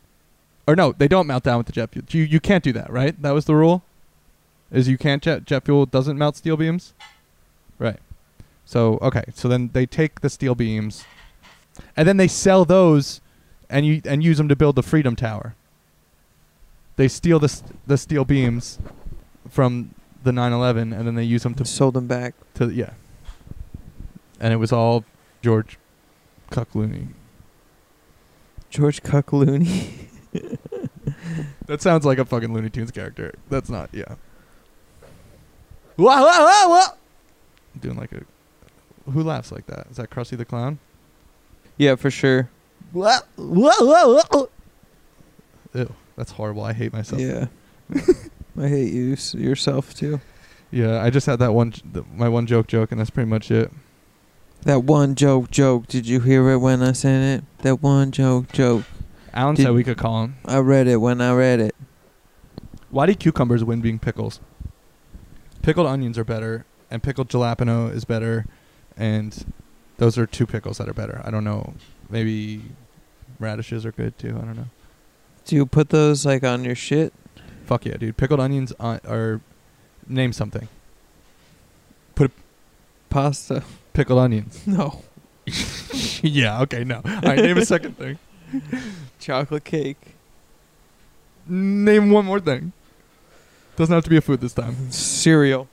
[SPEAKER 1] or no, they don't melt down with the jet fuel. You you can't do that, right? That was the rule. Is you can't jet jet fuel doesn't melt steel beams? Right. So, okay. So then they take the steel beams and then they sell those and you and use them to build the freedom tower they steal the, st- the steel beams from the 9-11 and then they use them to,
[SPEAKER 2] Sold them back.
[SPEAKER 1] to yeah and it was all george cucklooney
[SPEAKER 2] George Cuck Looney.
[SPEAKER 1] that sounds like a fucking looney tunes character that's not yeah Wah, wah, wah, wah. I'm doing like a who laughs like that is that krusty the clown
[SPEAKER 2] yeah, for sure.
[SPEAKER 1] wah, wah, wah, wah. ew that's horrible i hate myself
[SPEAKER 2] Yeah. I hate you s- yourself too.
[SPEAKER 1] Yeah, I just had that one, j- th- my one joke joke, and that's pretty much it.
[SPEAKER 2] That one joke joke. Did you hear it when I said it? That one joke joke.
[SPEAKER 1] Alan
[SPEAKER 2] Did-
[SPEAKER 1] said we could call him.
[SPEAKER 2] I read it when I read it.
[SPEAKER 1] Why do cucumbers win being pickles? Pickled onions are better, and pickled jalapeno is better, and those are two pickles that are better. I don't know. Maybe radishes are good too. I don't know.
[SPEAKER 2] Do you put those like on your shit?
[SPEAKER 1] Fuck yeah, dude. Pickled onions on, are name something.
[SPEAKER 2] Pasta.
[SPEAKER 1] Pickled onions.
[SPEAKER 2] No.
[SPEAKER 1] yeah. Okay. No. All right. Name a second thing.
[SPEAKER 2] Chocolate cake.
[SPEAKER 1] Name one more thing. Doesn't have to be a food this time.
[SPEAKER 2] Cereal.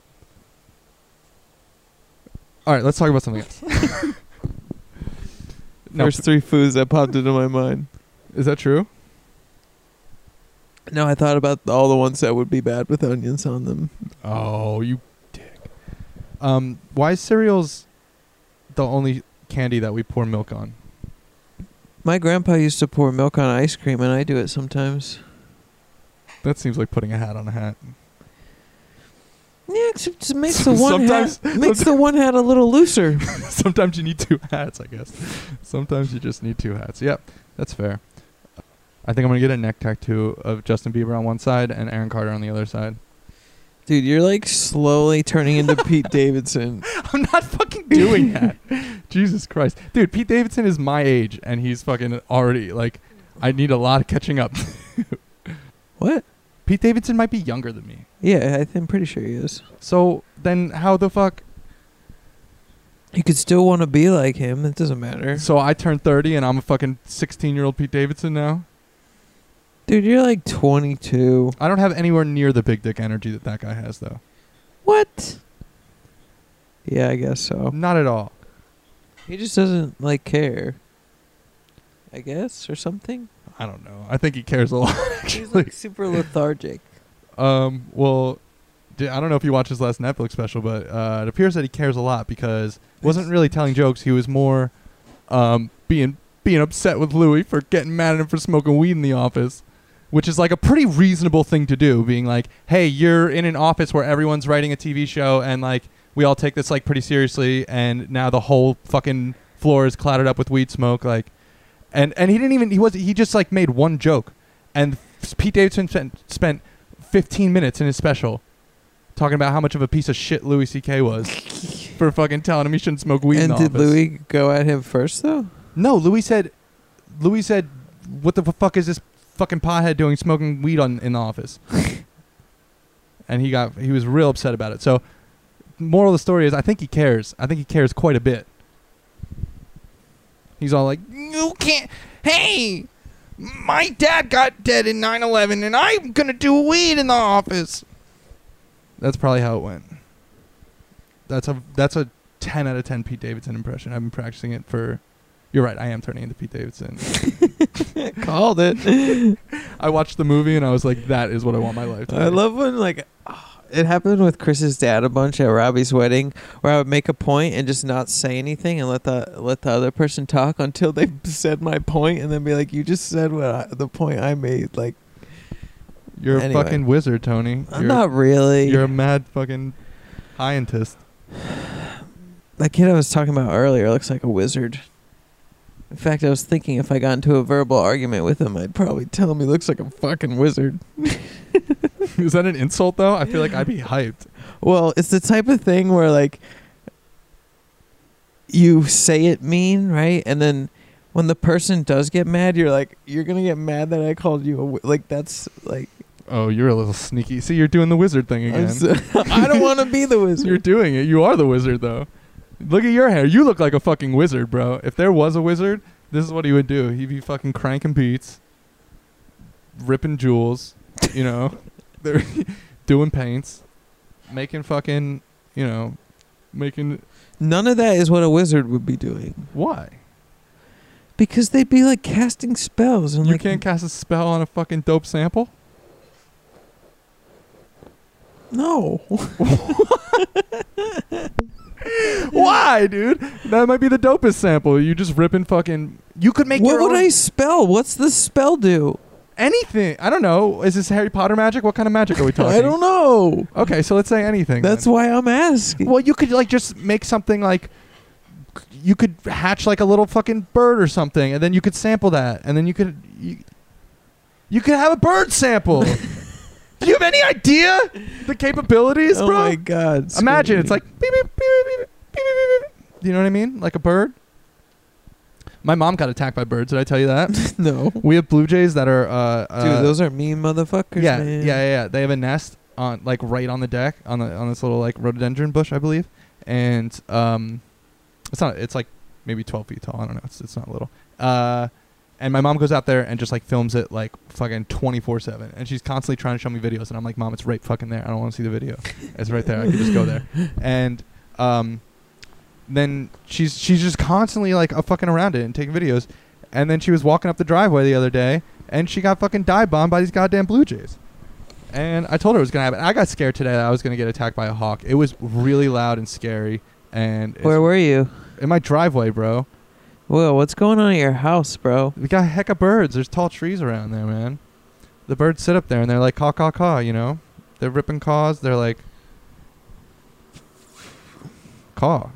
[SPEAKER 1] All right. Let's talk about something else. No,
[SPEAKER 2] There's three foods that popped into my mind.
[SPEAKER 1] Is that true?
[SPEAKER 2] No, I thought about all the ones that would be bad with onions on them.
[SPEAKER 1] Oh, you dick. Um, why is cereals the only candy that we pour milk on?
[SPEAKER 2] My grandpa used to pour milk on ice cream, and I do it sometimes.
[SPEAKER 1] That seems like putting a hat on a hat.
[SPEAKER 2] Yeah, except it makes the one
[SPEAKER 1] Sometimes-
[SPEAKER 2] hat makes the one hat a little looser.
[SPEAKER 1] Sometimes you need two hats, I guess. Sometimes you just need two hats. Yep, that's fair. I think I'm gonna get a neck tattoo of Justin Bieber on one side and Aaron Carter on the other side.
[SPEAKER 2] Dude, you're like slowly turning into Pete Davidson.
[SPEAKER 1] I'm not fucking doing that. Jesus Christ. Dude, Pete Davidson is my age and he's fucking already like I need a lot of catching up.
[SPEAKER 2] What?
[SPEAKER 1] Pete Davidson might be younger than me.
[SPEAKER 2] Yeah, I th- I'm pretty sure he is.
[SPEAKER 1] So then how the fuck
[SPEAKER 2] You could still want to be like him. It doesn't matter.
[SPEAKER 1] so I turned 30 and I'm a fucking 16-year-old Pete Davidson now?
[SPEAKER 2] Dude, you're like 22.
[SPEAKER 1] I don't have anywhere near the big dick energy that that guy has though.
[SPEAKER 2] What? Yeah, I guess so.
[SPEAKER 1] Not at all.
[SPEAKER 2] He just doesn't like care. I guess or something.
[SPEAKER 1] I don't know. I think he cares a lot
[SPEAKER 2] He's
[SPEAKER 1] actually.
[SPEAKER 2] like super lethargic.
[SPEAKER 1] Um, well, d- I don't know if you watched his last Netflix special, but uh, it appears that he cares a lot because wasn't really telling jokes. He was more um, being being upset with Louis for getting mad at him for smoking weed in the office, which is like a pretty reasonable thing to do. Being like, hey, you're in an office where everyone's writing a TV show, and like we all take this like pretty seriously, and now the whole fucking floor is clouded up with weed smoke, like. And, and he didn't even he was he just like made one joke, and Pete Davidson spent, spent 15 minutes in his special talking about how much of a piece of shit Louis C.K. was for fucking telling him he shouldn't smoke weed. in
[SPEAKER 2] and
[SPEAKER 1] the
[SPEAKER 2] did
[SPEAKER 1] office.
[SPEAKER 2] Louis go at him first though?
[SPEAKER 1] No, Louis said, Louis said, what the fuck is this fucking pothead doing smoking weed on in the office? and he got he was real upset about it. So, moral of the story is, I think he cares. I think he cares quite a bit. He's all like, you can't. Hey, my dad got dead in 9/11, and I'm gonna do weed in the office. That's probably how it went. That's a that's a 10 out of 10 Pete Davidson impression. I've been practicing it for you're right. I am turning into Pete Davidson.
[SPEAKER 2] Called it.
[SPEAKER 1] I watched the movie and I was like, that is what I want my life to be.
[SPEAKER 2] I love when like ah, it happened with Chris's dad a bunch at Robbie's wedding, where I would make a point and just not say anything and let the let the other person talk until they said my point, and then be like, "You just said what I, the point I made." Like
[SPEAKER 1] You're a
[SPEAKER 2] Anyway.
[SPEAKER 1] fucking wizard, Tony.
[SPEAKER 2] I'm
[SPEAKER 1] you're,
[SPEAKER 2] not really.
[SPEAKER 1] You're a mad fucking scientist.
[SPEAKER 2] that kid I was talking about earlier looks like a wizard. In fact, I was thinking if I got into a verbal argument with him, I'd probably tell him he looks like a fucking wizard.
[SPEAKER 1] is that an insult though? I feel like I'd be hyped.
[SPEAKER 2] Well, it's the type of thing where like you say it mean, right? And then when the person does get mad, you're like, you're gonna get mad that I called you a wi-" like. That's like
[SPEAKER 1] Oh, you're a little sneaky. See, you're doing the wizard thing
[SPEAKER 2] I'm
[SPEAKER 1] again.
[SPEAKER 2] so- I don't want to be the
[SPEAKER 1] you're
[SPEAKER 2] wizard.
[SPEAKER 1] doing it. You are the wizard though. Look at your hair. You look like a fucking wizard, bro. If there was a wizard, this is what he would do. He'd be fucking cranking beats, ripping jewels, you know, They're doing paints, making fucking, you know, making
[SPEAKER 2] None of that is what a wizard would be doing
[SPEAKER 1] why?
[SPEAKER 2] because they'd be like casting spells and
[SPEAKER 1] You
[SPEAKER 2] like
[SPEAKER 1] can't cast a spell on a fucking dope sample.
[SPEAKER 2] no.
[SPEAKER 1] Why, dude? That might be the dopest sample. You just ripping fucking. You could make
[SPEAKER 2] what
[SPEAKER 1] your
[SPEAKER 2] would
[SPEAKER 1] own
[SPEAKER 2] I spell? What's the spell do?
[SPEAKER 1] anything. I don't know. Is this Harry Potter magic? What kind of magic are we talking?
[SPEAKER 2] I don't know.
[SPEAKER 1] Okay, so let's say anything.
[SPEAKER 2] That's
[SPEAKER 1] then.
[SPEAKER 2] why I'm asking.
[SPEAKER 1] well, you could like just make something like you could hatch like a little fucking bird or something, and then you could sample that, and then you could you, you could have a bird sample. Do you have any idea the capabilities,
[SPEAKER 2] oh
[SPEAKER 1] bro?
[SPEAKER 2] my god!
[SPEAKER 1] Imagine it's
[SPEAKER 2] Scooby.
[SPEAKER 1] like beep, beep, beep, beep, beep, beep, beep, beep, beep, beep. you know what I mean? Like a bird. My mom got attacked by birds. Did I tell you that?
[SPEAKER 2] no,
[SPEAKER 1] we have blue jays that are uh,
[SPEAKER 2] dude.
[SPEAKER 1] uh,
[SPEAKER 2] those are mean motherfuckers.
[SPEAKER 1] yeah,
[SPEAKER 2] man.
[SPEAKER 1] yeah, yeah, yeah. They have a nest on like right on the deck on the on this little like rhododendron bush, I believe, and um, it's not. It's like maybe twelve feet tall. I don't know. It's it's not little. Uh, and my mom goes out there and just like films it like fucking twenty four seven, and she's constantly trying to show me videos, and I'm like, mom, it's right fucking there. I don't want to see the video. It's right there. I can just go there. And um, then she's she's just constantly like uh, fucking around it and taking videos. And then she was walking up the driveway the other day, and she got fucking dive bombed by these goddamn Blue Jays. And I told her it was gonna happen. I got scared today that I was gonna get attacked by a hawk. It was really loud and scary. And it's-
[SPEAKER 2] Where were you?
[SPEAKER 1] in my driveway, bro,
[SPEAKER 2] Will, what's going on at your house, bro?
[SPEAKER 1] we got a heck of birds. There's tall trees around there, man. The birds sit up there and they're like caw caw caw. You know, they're ripping caws. They're like caw.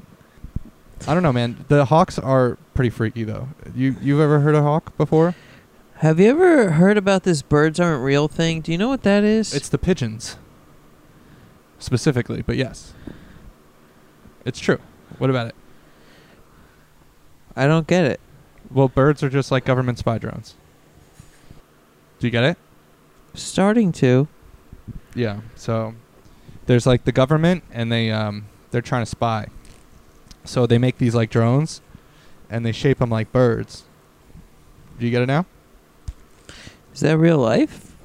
[SPEAKER 1] I don't know, man. The hawks are pretty freaky though. You you've ever heard a hawk before?
[SPEAKER 2] Have you ever heard about this birds aren't real thing? Do you know what that is?
[SPEAKER 1] It's the pigeons. specifically, but yes, it's true. What about it?
[SPEAKER 2] I don't get it.
[SPEAKER 1] Well, birds are just like government spy drones. Do you get it?
[SPEAKER 2] Starting to.
[SPEAKER 1] Yeah. So there's like the government, and they um, they're trying to spy. So they make these like drones, and they shape them like birds. Do you get it now?
[SPEAKER 2] Is that real life?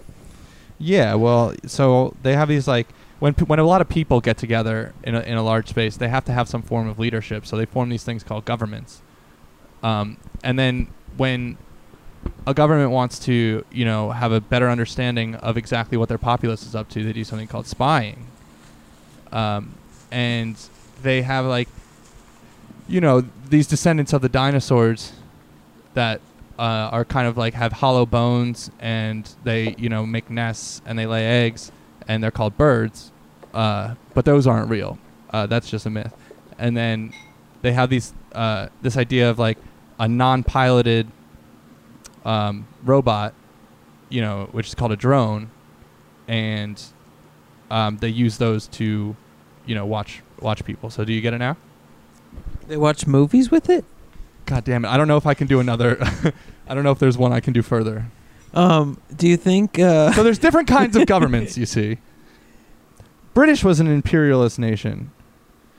[SPEAKER 1] Yeah, well, so they have these like when p- when a lot of people get together in a, in a large space, they have to have some form of leadership. So they form these things called governments. Um, and then when a government wants to, you know, have a better understanding of exactly what their populace is up to, they do something called spying. Um, and they have like, you know, these descendants of the dinosaurs that uh, are kind of like have hollow bones and they you know make nests and they lay eggs and they're called birds uh, but those aren't real uh, that's just a myth and then they have these uh, this idea of like a non-piloted um, robot you know which is called a drone and um, they use those to you know watch watch people so do you get it now
[SPEAKER 2] They watch movies with it.
[SPEAKER 1] god damn it i don't know if i can do another i don't know if there's one i can do further
[SPEAKER 2] Um, do you think? Uh,
[SPEAKER 1] so there's different kinds of governments, you see. British was an imperialist nation,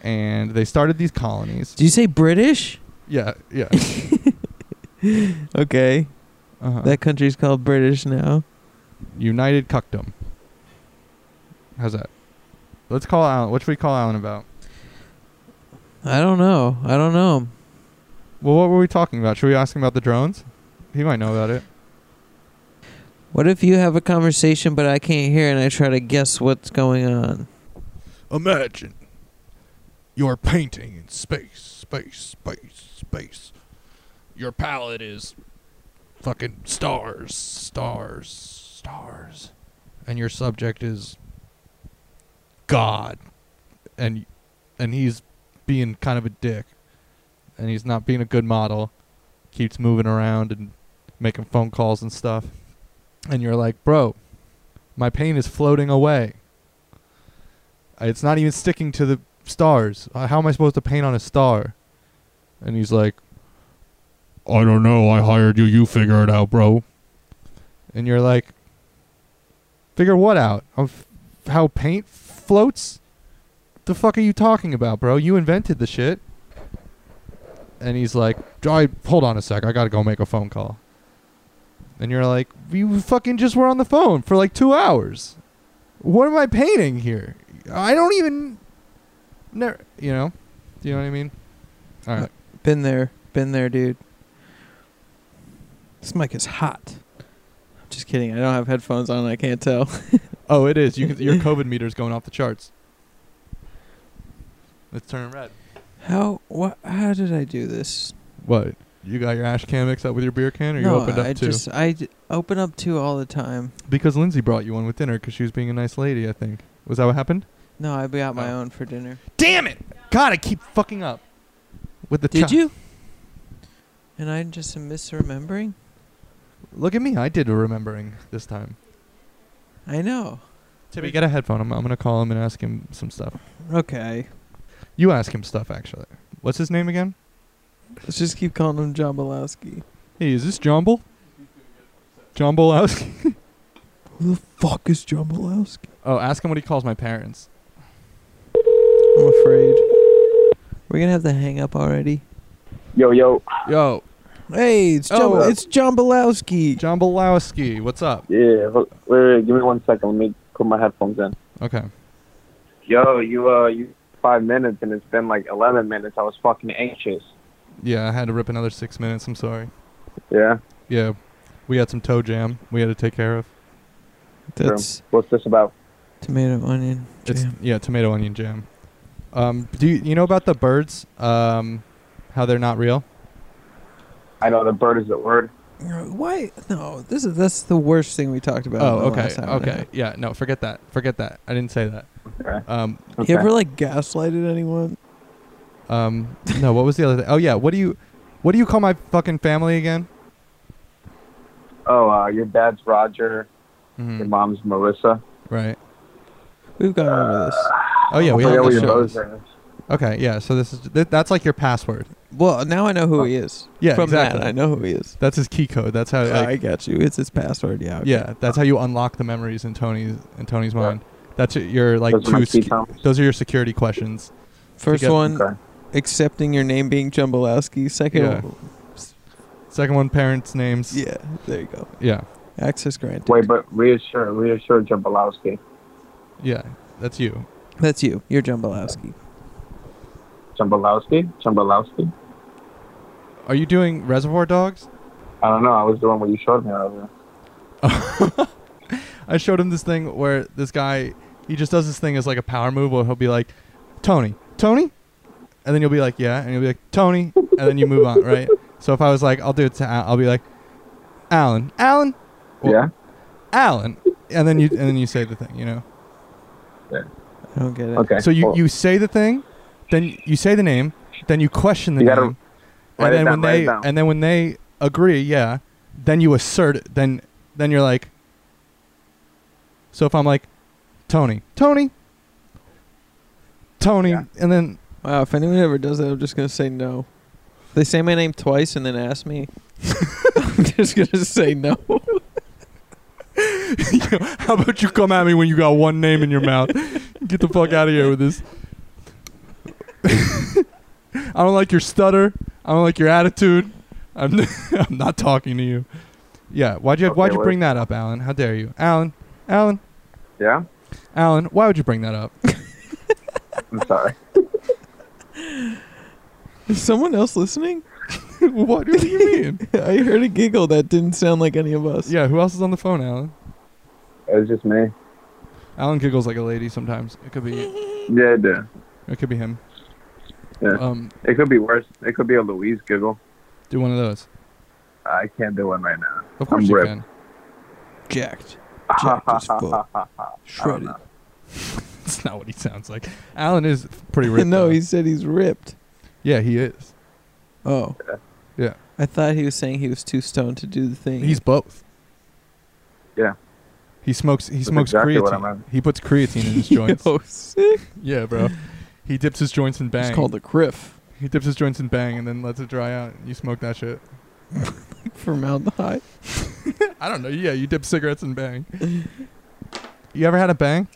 [SPEAKER 1] and they started these colonies.
[SPEAKER 2] do you say British?
[SPEAKER 1] yeah, yeah.
[SPEAKER 2] Okay,
[SPEAKER 1] uh
[SPEAKER 2] that country's called British now.
[SPEAKER 1] United Cuckdom. How's that? Let's call Alan. What should we call Alan about?
[SPEAKER 2] I don't know. I don't know.
[SPEAKER 1] Well, what were we talking about? Should we ask him about the drones? He might know about it.
[SPEAKER 2] What if you have a conversation but I can't hear and I try to guess what's going on?
[SPEAKER 3] Imagine you're painting in space, space, space, space. Your palette is fucking stars, stars, stars.
[SPEAKER 1] and your subject is God, and and he's being kind of a dick, and he's not being a good model, keeps moving around and making phone calls and stuff, and you're like, bro, my pain is floating away. Uh, It's not even sticking to the stars. Uh, How am I supposed to paint on a star? And he's like,
[SPEAKER 3] I don't know, I hired you, you figure it out, bro.
[SPEAKER 1] and you're like, figure what out? How f- how paint floats? The fuck are you talking about, bro? You invented the shit. And he's like, "Oh, I, hold on a sec, I gotta go make a phone call. And you're like, you fucking just were on the phone for like two hours. What am I painting here? I don't even, never, you know, do you know what I mean? All right.
[SPEAKER 2] Been there. Been there, dude. This mic is hot. I'm just kidding. I don't have headphones on. I can't tell.
[SPEAKER 1] Oh, it is. You can, your COVID meter's going off the charts. It's turning red.
[SPEAKER 2] How what how did I do this?
[SPEAKER 1] What? You got your ash can mixed up with your beer can, or you opened up
[SPEAKER 2] I
[SPEAKER 1] two?
[SPEAKER 2] just I d- open up two all the time.
[SPEAKER 1] because Lindsay brought you one with dinner because she was being a nice lady. I think was that what happened?
[SPEAKER 2] No, I got my
[SPEAKER 1] Oh.
[SPEAKER 2] own for dinner.
[SPEAKER 1] Damn it! God, I keep fucking up with the.
[SPEAKER 2] Did
[SPEAKER 1] ti-
[SPEAKER 2] you? And I'm just misremembering.
[SPEAKER 1] Look at me! I did remembering this time.
[SPEAKER 2] I know.
[SPEAKER 1] Timmy, get a headphone. I'm, I'm gonna call him and ask him some stuff.
[SPEAKER 2] Okay.
[SPEAKER 1] You ask him stuff actually. What's his name again?
[SPEAKER 2] Let's just keep calling him John Belowski.
[SPEAKER 1] Hey, is this Jumble? Jumbolowski.
[SPEAKER 2] Who the fuck is John Belowski?
[SPEAKER 1] Oh, ask him what he calls my parents.
[SPEAKER 2] I'm afraid. We're gonna have to hang up already.
[SPEAKER 4] Yo, yo.
[SPEAKER 1] Yo,
[SPEAKER 2] Hey, it's John,
[SPEAKER 1] Oh.
[SPEAKER 2] it's John Belowski.
[SPEAKER 1] Jumbolowski, what's up?
[SPEAKER 4] Yeah. ho- Wait, wait, give me one second. Let me put my headphones in.
[SPEAKER 1] Okay.
[SPEAKER 4] Yo, you, uh, you five minutes and it's been like 11 minutes. I was fucking anxious.
[SPEAKER 1] Yeah, I had to rip another six minutes. I'm sorry.
[SPEAKER 4] Yeah.
[SPEAKER 1] Yeah, we had some toe jam we had to take care of.
[SPEAKER 2] That's
[SPEAKER 4] What's this about?
[SPEAKER 2] tomato onion.
[SPEAKER 1] It's
[SPEAKER 2] jam.
[SPEAKER 1] yeah, tomato onion jam. Um, do you, you know about the birds? Um, how they're not real?
[SPEAKER 4] I know the bird is the word.
[SPEAKER 2] Why? No, this is that's the worst thing we talked about. in
[SPEAKER 1] oh,
[SPEAKER 2] the
[SPEAKER 1] okay,
[SPEAKER 2] last hour and a
[SPEAKER 1] okay, yeah. No, forget that. Forget that. I didn't say that.
[SPEAKER 4] Okay.
[SPEAKER 1] Um,
[SPEAKER 2] half. You ever like gaslighted anyone?
[SPEAKER 1] um, no. What was the other thing? Oh yeah. What do you, what do you call my fucking family again?
[SPEAKER 4] Oh, uh, your dad's Roger. Your
[SPEAKER 1] Mhm,
[SPEAKER 4] mom's Marissa.
[SPEAKER 1] Right.
[SPEAKER 2] We've gone over this.
[SPEAKER 1] Oh yeah, we
[SPEAKER 4] I
[SPEAKER 1] have
[SPEAKER 4] forgot what
[SPEAKER 1] the
[SPEAKER 4] your
[SPEAKER 1] show.
[SPEAKER 4] Bose is.
[SPEAKER 1] Okay, yeah. So this is th- that's like your password.
[SPEAKER 2] Well, now I know who he is.
[SPEAKER 1] Yeah,
[SPEAKER 2] From
[SPEAKER 1] exactly.
[SPEAKER 2] that, I know who he is.
[SPEAKER 1] That's his key code. That's how.
[SPEAKER 2] I
[SPEAKER 1] Like,
[SPEAKER 2] got you. It's his password. Yeah. okay.
[SPEAKER 1] yeah, that's how you unlock the memories in Tony's in Tony's
[SPEAKER 4] Yeah.
[SPEAKER 1] mind. That's your- your like
[SPEAKER 4] Those are my
[SPEAKER 1] two.
[SPEAKER 4] key
[SPEAKER 1] sec-
[SPEAKER 4] combos.
[SPEAKER 1] those are your security questions.
[SPEAKER 2] First
[SPEAKER 1] Together.
[SPEAKER 2] one,
[SPEAKER 4] Okay.
[SPEAKER 2] accepting your name being Jumbalowski. Second,
[SPEAKER 1] Yeah.
[SPEAKER 2] one-
[SPEAKER 1] Second one, parents' names.
[SPEAKER 2] yeah. There you go.
[SPEAKER 1] yeah,
[SPEAKER 2] Access granted.
[SPEAKER 4] Wait, but reassure, reassure Jabalowski.
[SPEAKER 1] yeah. That's you.
[SPEAKER 2] That's you. You're Jumbalowski.
[SPEAKER 4] Jambalowski? Jambalowski?
[SPEAKER 1] Are you doing Reservoir Dogs?
[SPEAKER 4] I don't know. I was doing what you showed me earlier.
[SPEAKER 1] I showed him this thing where this guy he just does this thing as like a power move where he'll be like, Tony, Tony, and then you'll be like, yeah, and you'll be like, Tony, and then you move on, right? So if I was like, I'll do it to, Al- I'll be like, Alan, Alan, Well-
[SPEAKER 4] yeah?
[SPEAKER 1] Alan, and then you and then you say the thing, you know.
[SPEAKER 2] I don't get it.
[SPEAKER 4] Okay.
[SPEAKER 1] So you
[SPEAKER 4] cool.
[SPEAKER 1] you say the thing, then you say the name, then you question the
[SPEAKER 4] You gotta
[SPEAKER 1] name, and
[SPEAKER 4] write it
[SPEAKER 1] then
[SPEAKER 4] down,
[SPEAKER 1] when
[SPEAKER 4] write it
[SPEAKER 1] they
[SPEAKER 4] down.
[SPEAKER 1] and then when they agree, yeah, then you assert it. Then then you're like. So if I'm like, Tony, Tony, Tony,
[SPEAKER 4] Yeah.
[SPEAKER 1] and then
[SPEAKER 2] Wow. If anyone ever does that, I'm just gonna say no. If They say my name twice and then ask me. I'm just gonna say no.
[SPEAKER 1] how about you come at me when you got one name in your mouth? Get the fuck out of here with this. I don't like your stutter. I don't like your attitude. I'm I'm not talking to you. Yeah, why'd you
[SPEAKER 4] Okay,
[SPEAKER 1] why'd you
[SPEAKER 4] well-
[SPEAKER 1] bring that up, Alan? How dare you, Alan? Alan,
[SPEAKER 4] Yeah?
[SPEAKER 1] Alan, why would you bring that up?
[SPEAKER 4] I'm sorry.
[SPEAKER 2] Is someone else listening?
[SPEAKER 1] what do you mean?
[SPEAKER 2] I heard a giggle that didn't sound like any of us.
[SPEAKER 1] Yeah, who else is on the phone, Alan?
[SPEAKER 4] It was just me.
[SPEAKER 1] Alan giggles like a lady sometimes. It could be
[SPEAKER 4] Yeah, it did.
[SPEAKER 1] it could be him.
[SPEAKER 4] Yeah.
[SPEAKER 1] Um,
[SPEAKER 4] It could be worse. It could be a Louise giggle.
[SPEAKER 1] do one of those.
[SPEAKER 4] I can't do one right now.
[SPEAKER 1] Of course
[SPEAKER 4] I'm
[SPEAKER 1] you
[SPEAKER 4] ripped.
[SPEAKER 1] can.
[SPEAKER 2] Jacked. Jacked as fuck. Shredded.
[SPEAKER 1] That's not what he sounds like. Alan is pretty ripped.
[SPEAKER 2] no,
[SPEAKER 1] though.
[SPEAKER 2] he said he's ripped.
[SPEAKER 1] Yeah, he is.
[SPEAKER 2] Oh.
[SPEAKER 1] Yeah.
[SPEAKER 2] I thought he was saying he was too stoned to do the thing.
[SPEAKER 1] He's both.
[SPEAKER 4] Yeah.
[SPEAKER 1] He smokes. He smokes
[SPEAKER 4] exactly what I
[SPEAKER 1] creatine.
[SPEAKER 4] meant.
[SPEAKER 1] He puts creatine in his joints.
[SPEAKER 2] Yo, sick.
[SPEAKER 1] Yeah, bro. He dips his joints in bang.
[SPEAKER 2] It's called the criff.
[SPEAKER 1] he dips his joints in bang and then lets it dry out. You smoke that shit.
[SPEAKER 2] Formaldehyde.
[SPEAKER 1] I don't know. Yeah, you dip cigarettes in bang. you ever had a bang?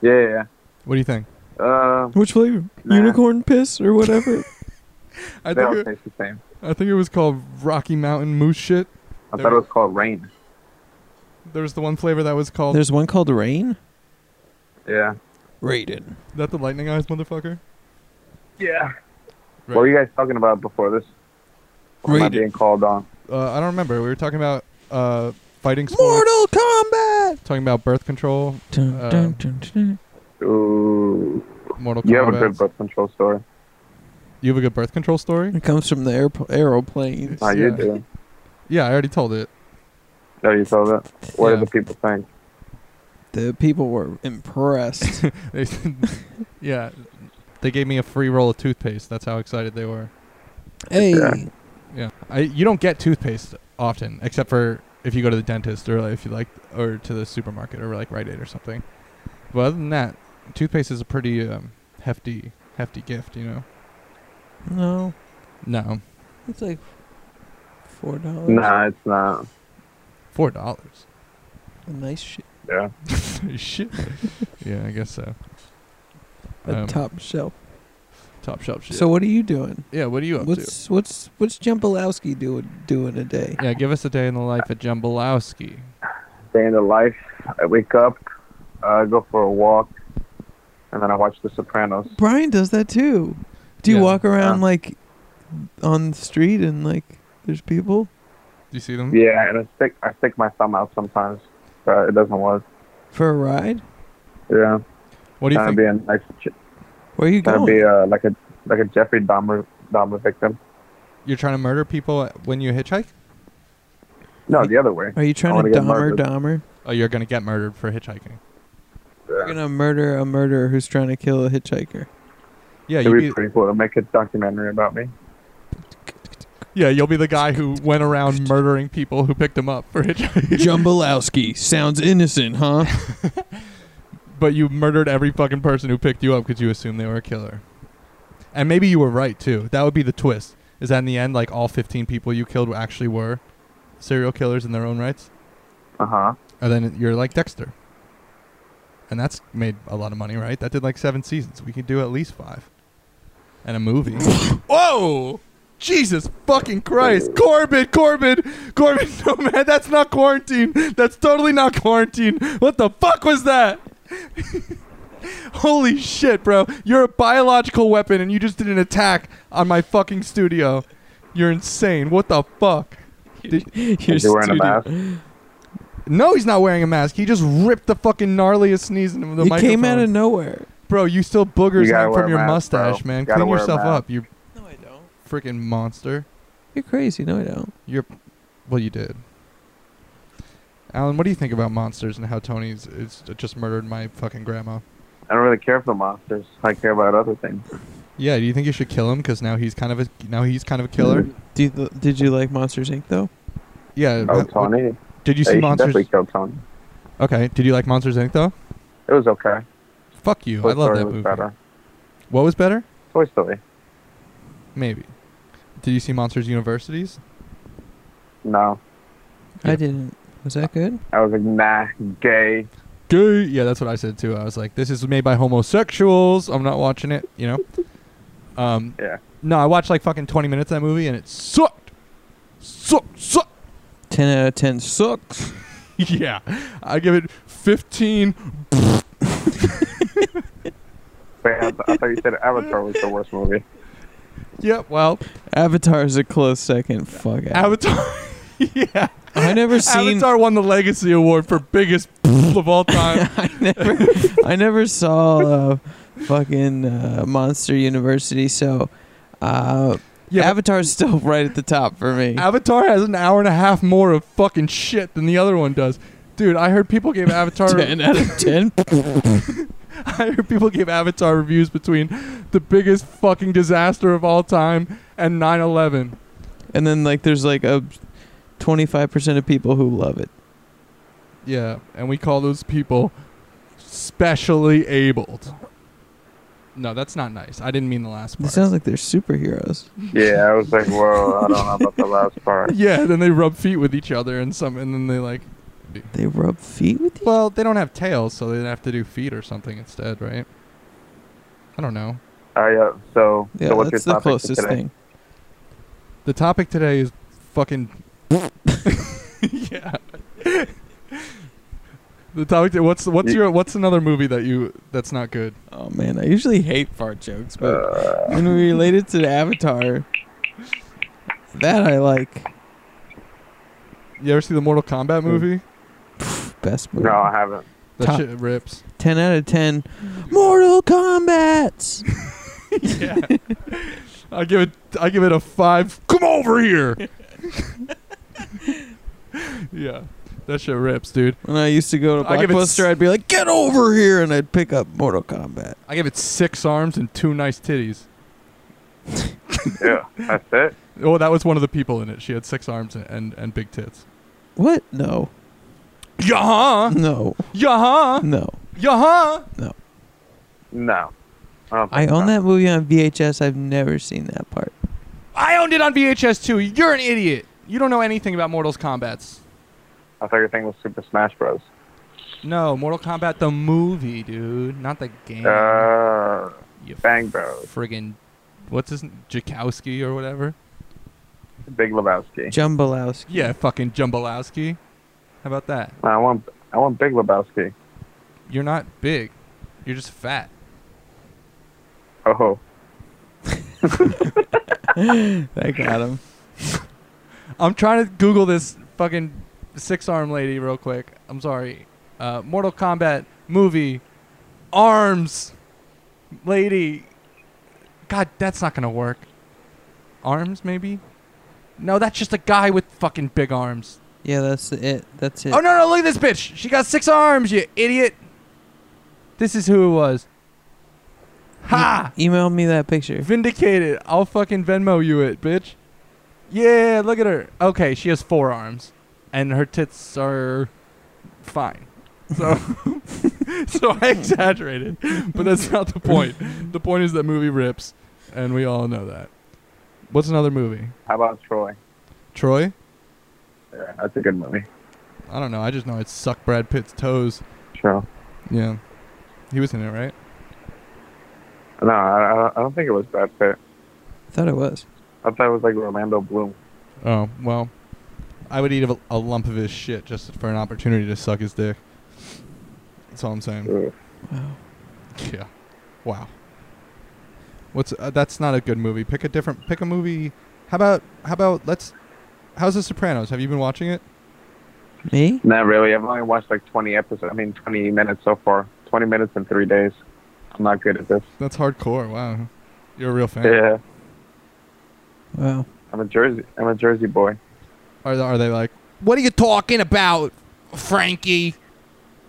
[SPEAKER 4] Yeah, yeah,
[SPEAKER 1] What do you think?
[SPEAKER 4] yeah. Uh,
[SPEAKER 2] Which flavor?
[SPEAKER 4] Nah.
[SPEAKER 2] Unicorn piss or whatever.
[SPEAKER 1] I
[SPEAKER 4] they
[SPEAKER 1] think.
[SPEAKER 4] all
[SPEAKER 1] It,
[SPEAKER 4] taste the same.
[SPEAKER 1] I think it was called Rocky Mountain Moose shit.
[SPEAKER 4] I
[SPEAKER 1] They're-
[SPEAKER 4] thought it was called rain.
[SPEAKER 1] There was the one flavor that was called.
[SPEAKER 2] There's one called Rain.
[SPEAKER 4] Yeah.
[SPEAKER 2] Raiden.
[SPEAKER 1] Is that the lightning eyes motherfucker?
[SPEAKER 4] Yeah.
[SPEAKER 1] Right.
[SPEAKER 4] What were you guys talking about before this? What am I
[SPEAKER 2] Rated.
[SPEAKER 4] being called on?
[SPEAKER 1] uh, I don't remember. We were talking about uh, fighting sports.
[SPEAKER 2] Mortal Kombat.
[SPEAKER 1] Talking about birth control,
[SPEAKER 2] Dun,
[SPEAKER 1] Uh,
[SPEAKER 2] dun, dun, dun.
[SPEAKER 4] Ooh.
[SPEAKER 1] Mortal Kombat.
[SPEAKER 4] You have a good birth control story.
[SPEAKER 1] You have a good birth control story?
[SPEAKER 2] It comes from the aerop- aeroplanes.
[SPEAKER 4] No, you
[SPEAKER 1] Yeah.
[SPEAKER 4] do.
[SPEAKER 1] Yeah, I already told it.
[SPEAKER 4] No, you told it. What
[SPEAKER 1] Yeah.
[SPEAKER 4] do the people think?
[SPEAKER 2] The people were impressed.
[SPEAKER 1] They said- yeah, they gave me a free roll of toothpaste. That's how excited they were.
[SPEAKER 2] hey,
[SPEAKER 4] Yeah.
[SPEAKER 1] Yeah, I you don't get toothpaste often, except for if you go to the dentist or like, if you like, or to the supermarket or like Rite Aid or something. But other than that, toothpaste is a pretty um, hefty, hefty gift. You know?
[SPEAKER 2] no,
[SPEAKER 1] No,
[SPEAKER 2] it's like four dollars.
[SPEAKER 4] Nah, it's not.
[SPEAKER 1] four dollars.
[SPEAKER 2] a nice shit,
[SPEAKER 4] Yeah.
[SPEAKER 1] Shit. yeah, I guess so.
[SPEAKER 2] a
[SPEAKER 1] Um,
[SPEAKER 2] top shelf.
[SPEAKER 1] Top shelf shit.
[SPEAKER 2] So what are you doing?
[SPEAKER 1] yeah, what are you up to?
[SPEAKER 2] What's what's what's Jumbalowski doing doing a day?
[SPEAKER 1] Yeah, give us a day in the life at Jumbalowski.
[SPEAKER 4] Day in the life. I wake up, I go for a walk, and then I watch The Sopranos.
[SPEAKER 2] Brian does that too. Do you
[SPEAKER 1] Yeah.
[SPEAKER 2] walk around
[SPEAKER 4] Yeah.
[SPEAKER 2] like on the street and like there's people?
[SPEAKER 1] Do you see them?
[SPEAKER 4] Yeah, and I stick I stick my thumb out sometimes, but it doesn't work.
[SPEAKER 2] For a ride?
[SPEAKER 4] Yeah,
[SPEAKER 1] What do you
[SPEAKER 4] trying to
[SPEAKER 1] think?
[SPEAKER 4] be a nice, ch-
[SPEAKER 2] Where are you
[SPEAKER 4] trying to be
[SPEAKER 2] going?
[SPEAKER 4] uh like a like a Jeffrey Dahmer Dahmer victim.
[SPEAKER 1] You're trying to murder people when you hitchhike?
[SPEAKER 4] No, the other way.
[SPEAKER 2] Are you
[SPEAKER 4] I
[SPEAKER 2] trying to
[SPEAKER 4] wanna get
[SPEAKER 2] Dahmer
[SPEAKER 4] murdered.
[SPEAKER 2] Dahmer?
[SPEAKER 1] Oh, you're gonna get murdered for hitchhiking.
[SPEAKER 2] You're gonna murder a murderer who's trying to kill a hitchhiker.
[SPEAKER 1] Yeah,
[SPEAKER 4] It'd
[SPEAKER 1] you'd
[SPEAKER 4] be
[SPEAKER 1] be,
[SPEAKER 4] pretty cool to make a documentary about me.
[SPEAKER 1] yeah, you'll be the guy who went around murdering people who picked him up for hitchhiking.
[SPEAKER 2] Jumbalowski sounds innocent, huh?
[SPEAKER 1] but you murdered every fucking person who picked you up because you assumed they were a killer. And maybe you were right too. That would be the twist. Is that in the end, like all 15 people you killed were- actually were serial killers in their own rights?
[SPEAKER 4] Uh huh.
[SPEAKER 1] And then you're like Dexter. And that's made a lot of money, right? That did like seven seasons. We could do at least five. And a movie. Whoa! Jesus fucking Christ! Corbin, Corbin, Corbin! No man, that's not quarantine. That's totally not quarantine. What the fuck was that? Holy shit, bro! You're a biological weapon, and you just did an attack on my fucking studio. You're insane. What the fuck?
[SPEAKER 2] You're
[SPEAKER 4] Is he wearing a mask?
[SPEAKER 1] No, he's not wearing a mask. He just ripped the fucking gnarliest sneeze into the
[SPEAKER 2] You
[SPEAKER 1] microphone.
[SPEAKER 2] came out of nowhere.
[SPEAKER 1] bro, you still boogers
[SPEAKER 4] You gotta
[SPEAKER 1] hang
[SPEAKER 4] wear
[SPEAKER 1] from
[SPEAKER 4] a
[SPEAKER 1] your
[SPEAKER 4] mask, bro.
[SPEAKER 1] mustache, man.
[SPEAKER 4] Gotta
[SPEAKER 1] Clean
[SPEAKER 4] wear a
[SPEAKER 1] yourself
[SPEAKER 4] mask.
[SPEAKER 1] up, you
[SPEAKER 2] No, I don't.
[SPEAKER 1] freaking monster.
[SPEAKER 2] You're crazy. No, I don't.
[SPEAKER 1] Well, you did. Alan, what do you think about monsters and how Tony's is uh, just murdered my fucking grandma?
[SPEAKER 4] I don't really care for the monsters. I care about other things.
[SPEAKER 1] Yeah, do you think you should kill him because now he's kind of a now he's kind of a killer?
[SPEAKER 2] Do you, did you like Monsters Inc. though?
[SPEAKER 1] Yeah.
[SPEAKER 4] Oh,
[SPEAKER 1] uh,
[SPEAKER 4] Tony. You
[SPEAKER 1] Did you
[SPEAKER 4] yeah,
[SPEAKER 1] see
[SPEAKER 4] you should
[SPEAKER 1] monsters?
[SPEAKER 4] definitely kill Tony.
[SPEAKER 1] Okay. Did you like Monsters Inc. though?
[SPEAKER 4] It was okay.
[SPEAKER 1] Fuck you.
[SPEAKER 4] Toy
[SPEAKER 1] I love
[SPEAKER 4] Story
[SPEAKER 1] that
[SPEAKER 4] was
[SPEAKER 1] movie.
[SPEAKER 4] better.
[SPEAKER 1] What was better?
[SPEAKER 4] Toy Story.
[SPEAKER 1] Maybe. Did you see Monsters Universities?
[SPEAKER 4] No,
[SPEAKER 1] Yeah.
[SPEAKER 2] I didn't. Was that good?
[SPEAKER 4] I was like, nah, gay.
[SPEAKER 1] gay. Yeah, that's what I said too. I was like, this is made by homosexuals. I'm not watching it, you know? Um,
[SPEAKER 4] Yeah.
[SPEAKER 1] No, I watched like fucking 20 minutes of that movie and it sucked. Sucked, sucked.
[SPEAKER 2] Ten out of ten sucks.
[SPEAKER 1] yeah. I give it 15.
[SPEAKER 4] Wait, I, th- I thought you said Avatar was the worst movie.
[SPEAKER 1] Yeah, well,
[SPEAKER 2] Avatar's a close second. Fuck it.
[SPEAKER 1] Avatar. yeah.
[SPEAKER 2] I never seen.
[SPEAKER 1] Avatar won the Legacy Award for biggest of all time.
[SPEAKER 2] I never, I never saw uh, fucking uh, Monster University. So, uh,
[SPEAKER 1] Yeah, but-
[SPEAKER 2] Avatar's still right at the top for me.
[SPEAKER 1] Avatar has an hour and a half more of fucking shit than the other one does. Dude, I heard people gave Avatar
[SPEAKER 2] ten out of ten.
[SPEAKER 1] I heard people give Avatar reviews between the biggest fucking disaster of all time and 9/11.
[SPEAKER 2] and then like there's like a twenty-five percent of people who love it.
[SPEAKER 1] Yeah, and we call those people specially abled. No, that's not nice. I didn't mean the last
[SPEAKER 2] It
[SPEAKER 1] part.
[SPEAKER 2] sounds like they're superheroes.
[SPEAKER 4] Yeah, I was like, whoa, I don't know about the last part.
[SPEAKER 1] yeah, then they rub feet with each other and some, and then they like.
[SPEAKER 2] They rub feet with you.
[SPEAKER 1] Well, they don't have tails, so they'd have to do feet or something instead, right? I don't know.
[SPEAKER 4] All right, yeah, so,
[SPEAKER 2] Yeah,
[SPEAKER 4] so what's
[SPEAKER 2] that's
[SPEAKER 4] your
[SPEAKER 2] the
[SPEAKER 4] topic for
[SPEAKER 2] closest
[SPEAKER 4] today?
[SPEAKER 2] thing.
[SPEAKER 1] The topic today is fucking. yeah. the topic. What's what's your what's another movie that you that's not good?
[SPEAKER 2] Oh man, I usually hate fart jokes, but
[SPEAKER 4] Uh.
[SPEAKER 2] when we relate it to the Avatar, that I like.
[SPEAKER 1] You ever see the Mortal Kombat movie?
[SPEAKER 2] Best movie.
[SPEAKER 4] No, I haven't.
[SPEAKER 1] That
[SPEAKER 2] Top-
[SPEAKER 1] shit rips.
[SPEAKER 2] 10 out of 10 Mortal Kombat.
[SPEAKER 1] yeah. I give it. I give it a five. Come over here. yeah, that shit rips, dude.
[SPEAKER 2] When I used to go to
[SPEAKER 1] I give it s-
[SPEAKER 2] Blockbuster, I'd be like, "Get over here," and I'd pick up Mortal Kombat.
[SPEAKER 1] I give it six arms and two nice titties.
[SPEAKER 4] Yeah, that's it.
[SPEAKER 1] Oh, that was one of the people in it. She had six arms and and, and big tits.
[SPEAKER 2] What? No.
[SPEAKER 1] Yeah.
[SPEAKER 2] No.
[SPEAKER 1] Yeah.
[SPEAKER 2] No.
[SPEAKER 1] Yeah.
[SPEAKER 4] No. I, don't
[SPEAKER 2] I
[SPEAKER 4] think
[SPEAKER 2] own
[SPEAKER 4] so.
[SPEAKER 2] that movie on VHS. I've never seen that part.
[SPEAKER 1] I owned it on VHS too. You're an idiot. You don't know anything about Mortal Kombat's.
[SPEAKER 4] I thought your thing was Super Smash Bros.
[SPEAKER 1] No, Mortal Kombat the movie, dude, not the game.
[SPEAKER 4] Uh,
[SPEAKER 1] you
[SPEAKER 4] Bang Bros.
[SPEAKER 1] friggin' what's his n- Jakowski or whatever?
[SPEAKER 4] Big Lebowski.
[SPEAKER 2] Jumbalowski.
[SPEAKER 1] Yeah, fucking Jumbalowski. How about that?
[SPEAKER 4] I want, I want Big Lebowski.
[SPEAKER 1] You're not big. You're just fat.
[SPEAKER 4] Oh,
[SPEAKER 2] That got him.
[SPEAKER 1] I'm trying to Google this fucking six arm lady real quick. I'm sorry. Uh, Mortal Kombat movie, arms, lady. God, that's not gonna work. Arms, maybe? No, that's just a guy with fucking big arms.
[SPEAKER 2] Yeah, that's it. That's it.
[SPEAKER 1] Oh no no! Look at this bitch. She got six arms. You idiot. This is who it was. Ha!
[SPEAKER 2] E-, Email me that picture.
[SPEAKER 1] Vindicated. I'll fucking Venmo you it, bitch. Yeah, look at her. Okay, she has four arms, and her tits are fine. So
[SPEAKER 5] so I exaggerated, but that's not the point. The point is that movie rips, and we all know that. What's another movie?
[SPEAKER 4] How about Troy?
[SPEAKER 5] Troy?
[SPEAKER 4] Yeah, that's a good movie.
[SPEAKER 5] I don't know. I just know it sucked Brad Pitt's toes.
[SPEAKER 4] Sure.
[SPEAKER 5] Yeah, he was in it, right?
[SPEAKER 4] No, I, I don't think it was Brad Pitt.
[SPEAKER 2] Thought it was.
[SPEAKER 4] I thought it was like Orlando Bloom.
[SPEAKER 5] Oh well, I would eat a, a lump of his shit just for an opportunity to suck his dick. That's all I'm saying.
[SPEAKER 4] Ugh.
[SPEAKER 2] Wow.
[SPEAKER 5] Yeah. Wow. What's uh, that's not a good movie. Pick a different. Pick a movie. How about how about let's. How's The Sopranos? Have you been watching it?
[SPEAKER 2] Me?
[SPEAKER 4] Not really. I've only watched like 20 episodes. I mean, 20 minutes so far. 20 minutes in three days. I'm not good at this.
[SPEAKER 5] That's hardcore. Wow. You're a real fan.
[SPEAKER 4] Yeah,
[SPEAKER 2] Wow.
[SPEAKER 4] I'm a Jersey. I'm a Jersey boy.
[SPEAKER 5] Are, are they like,
[SPEAKER 1] What are you talking about, Frankie?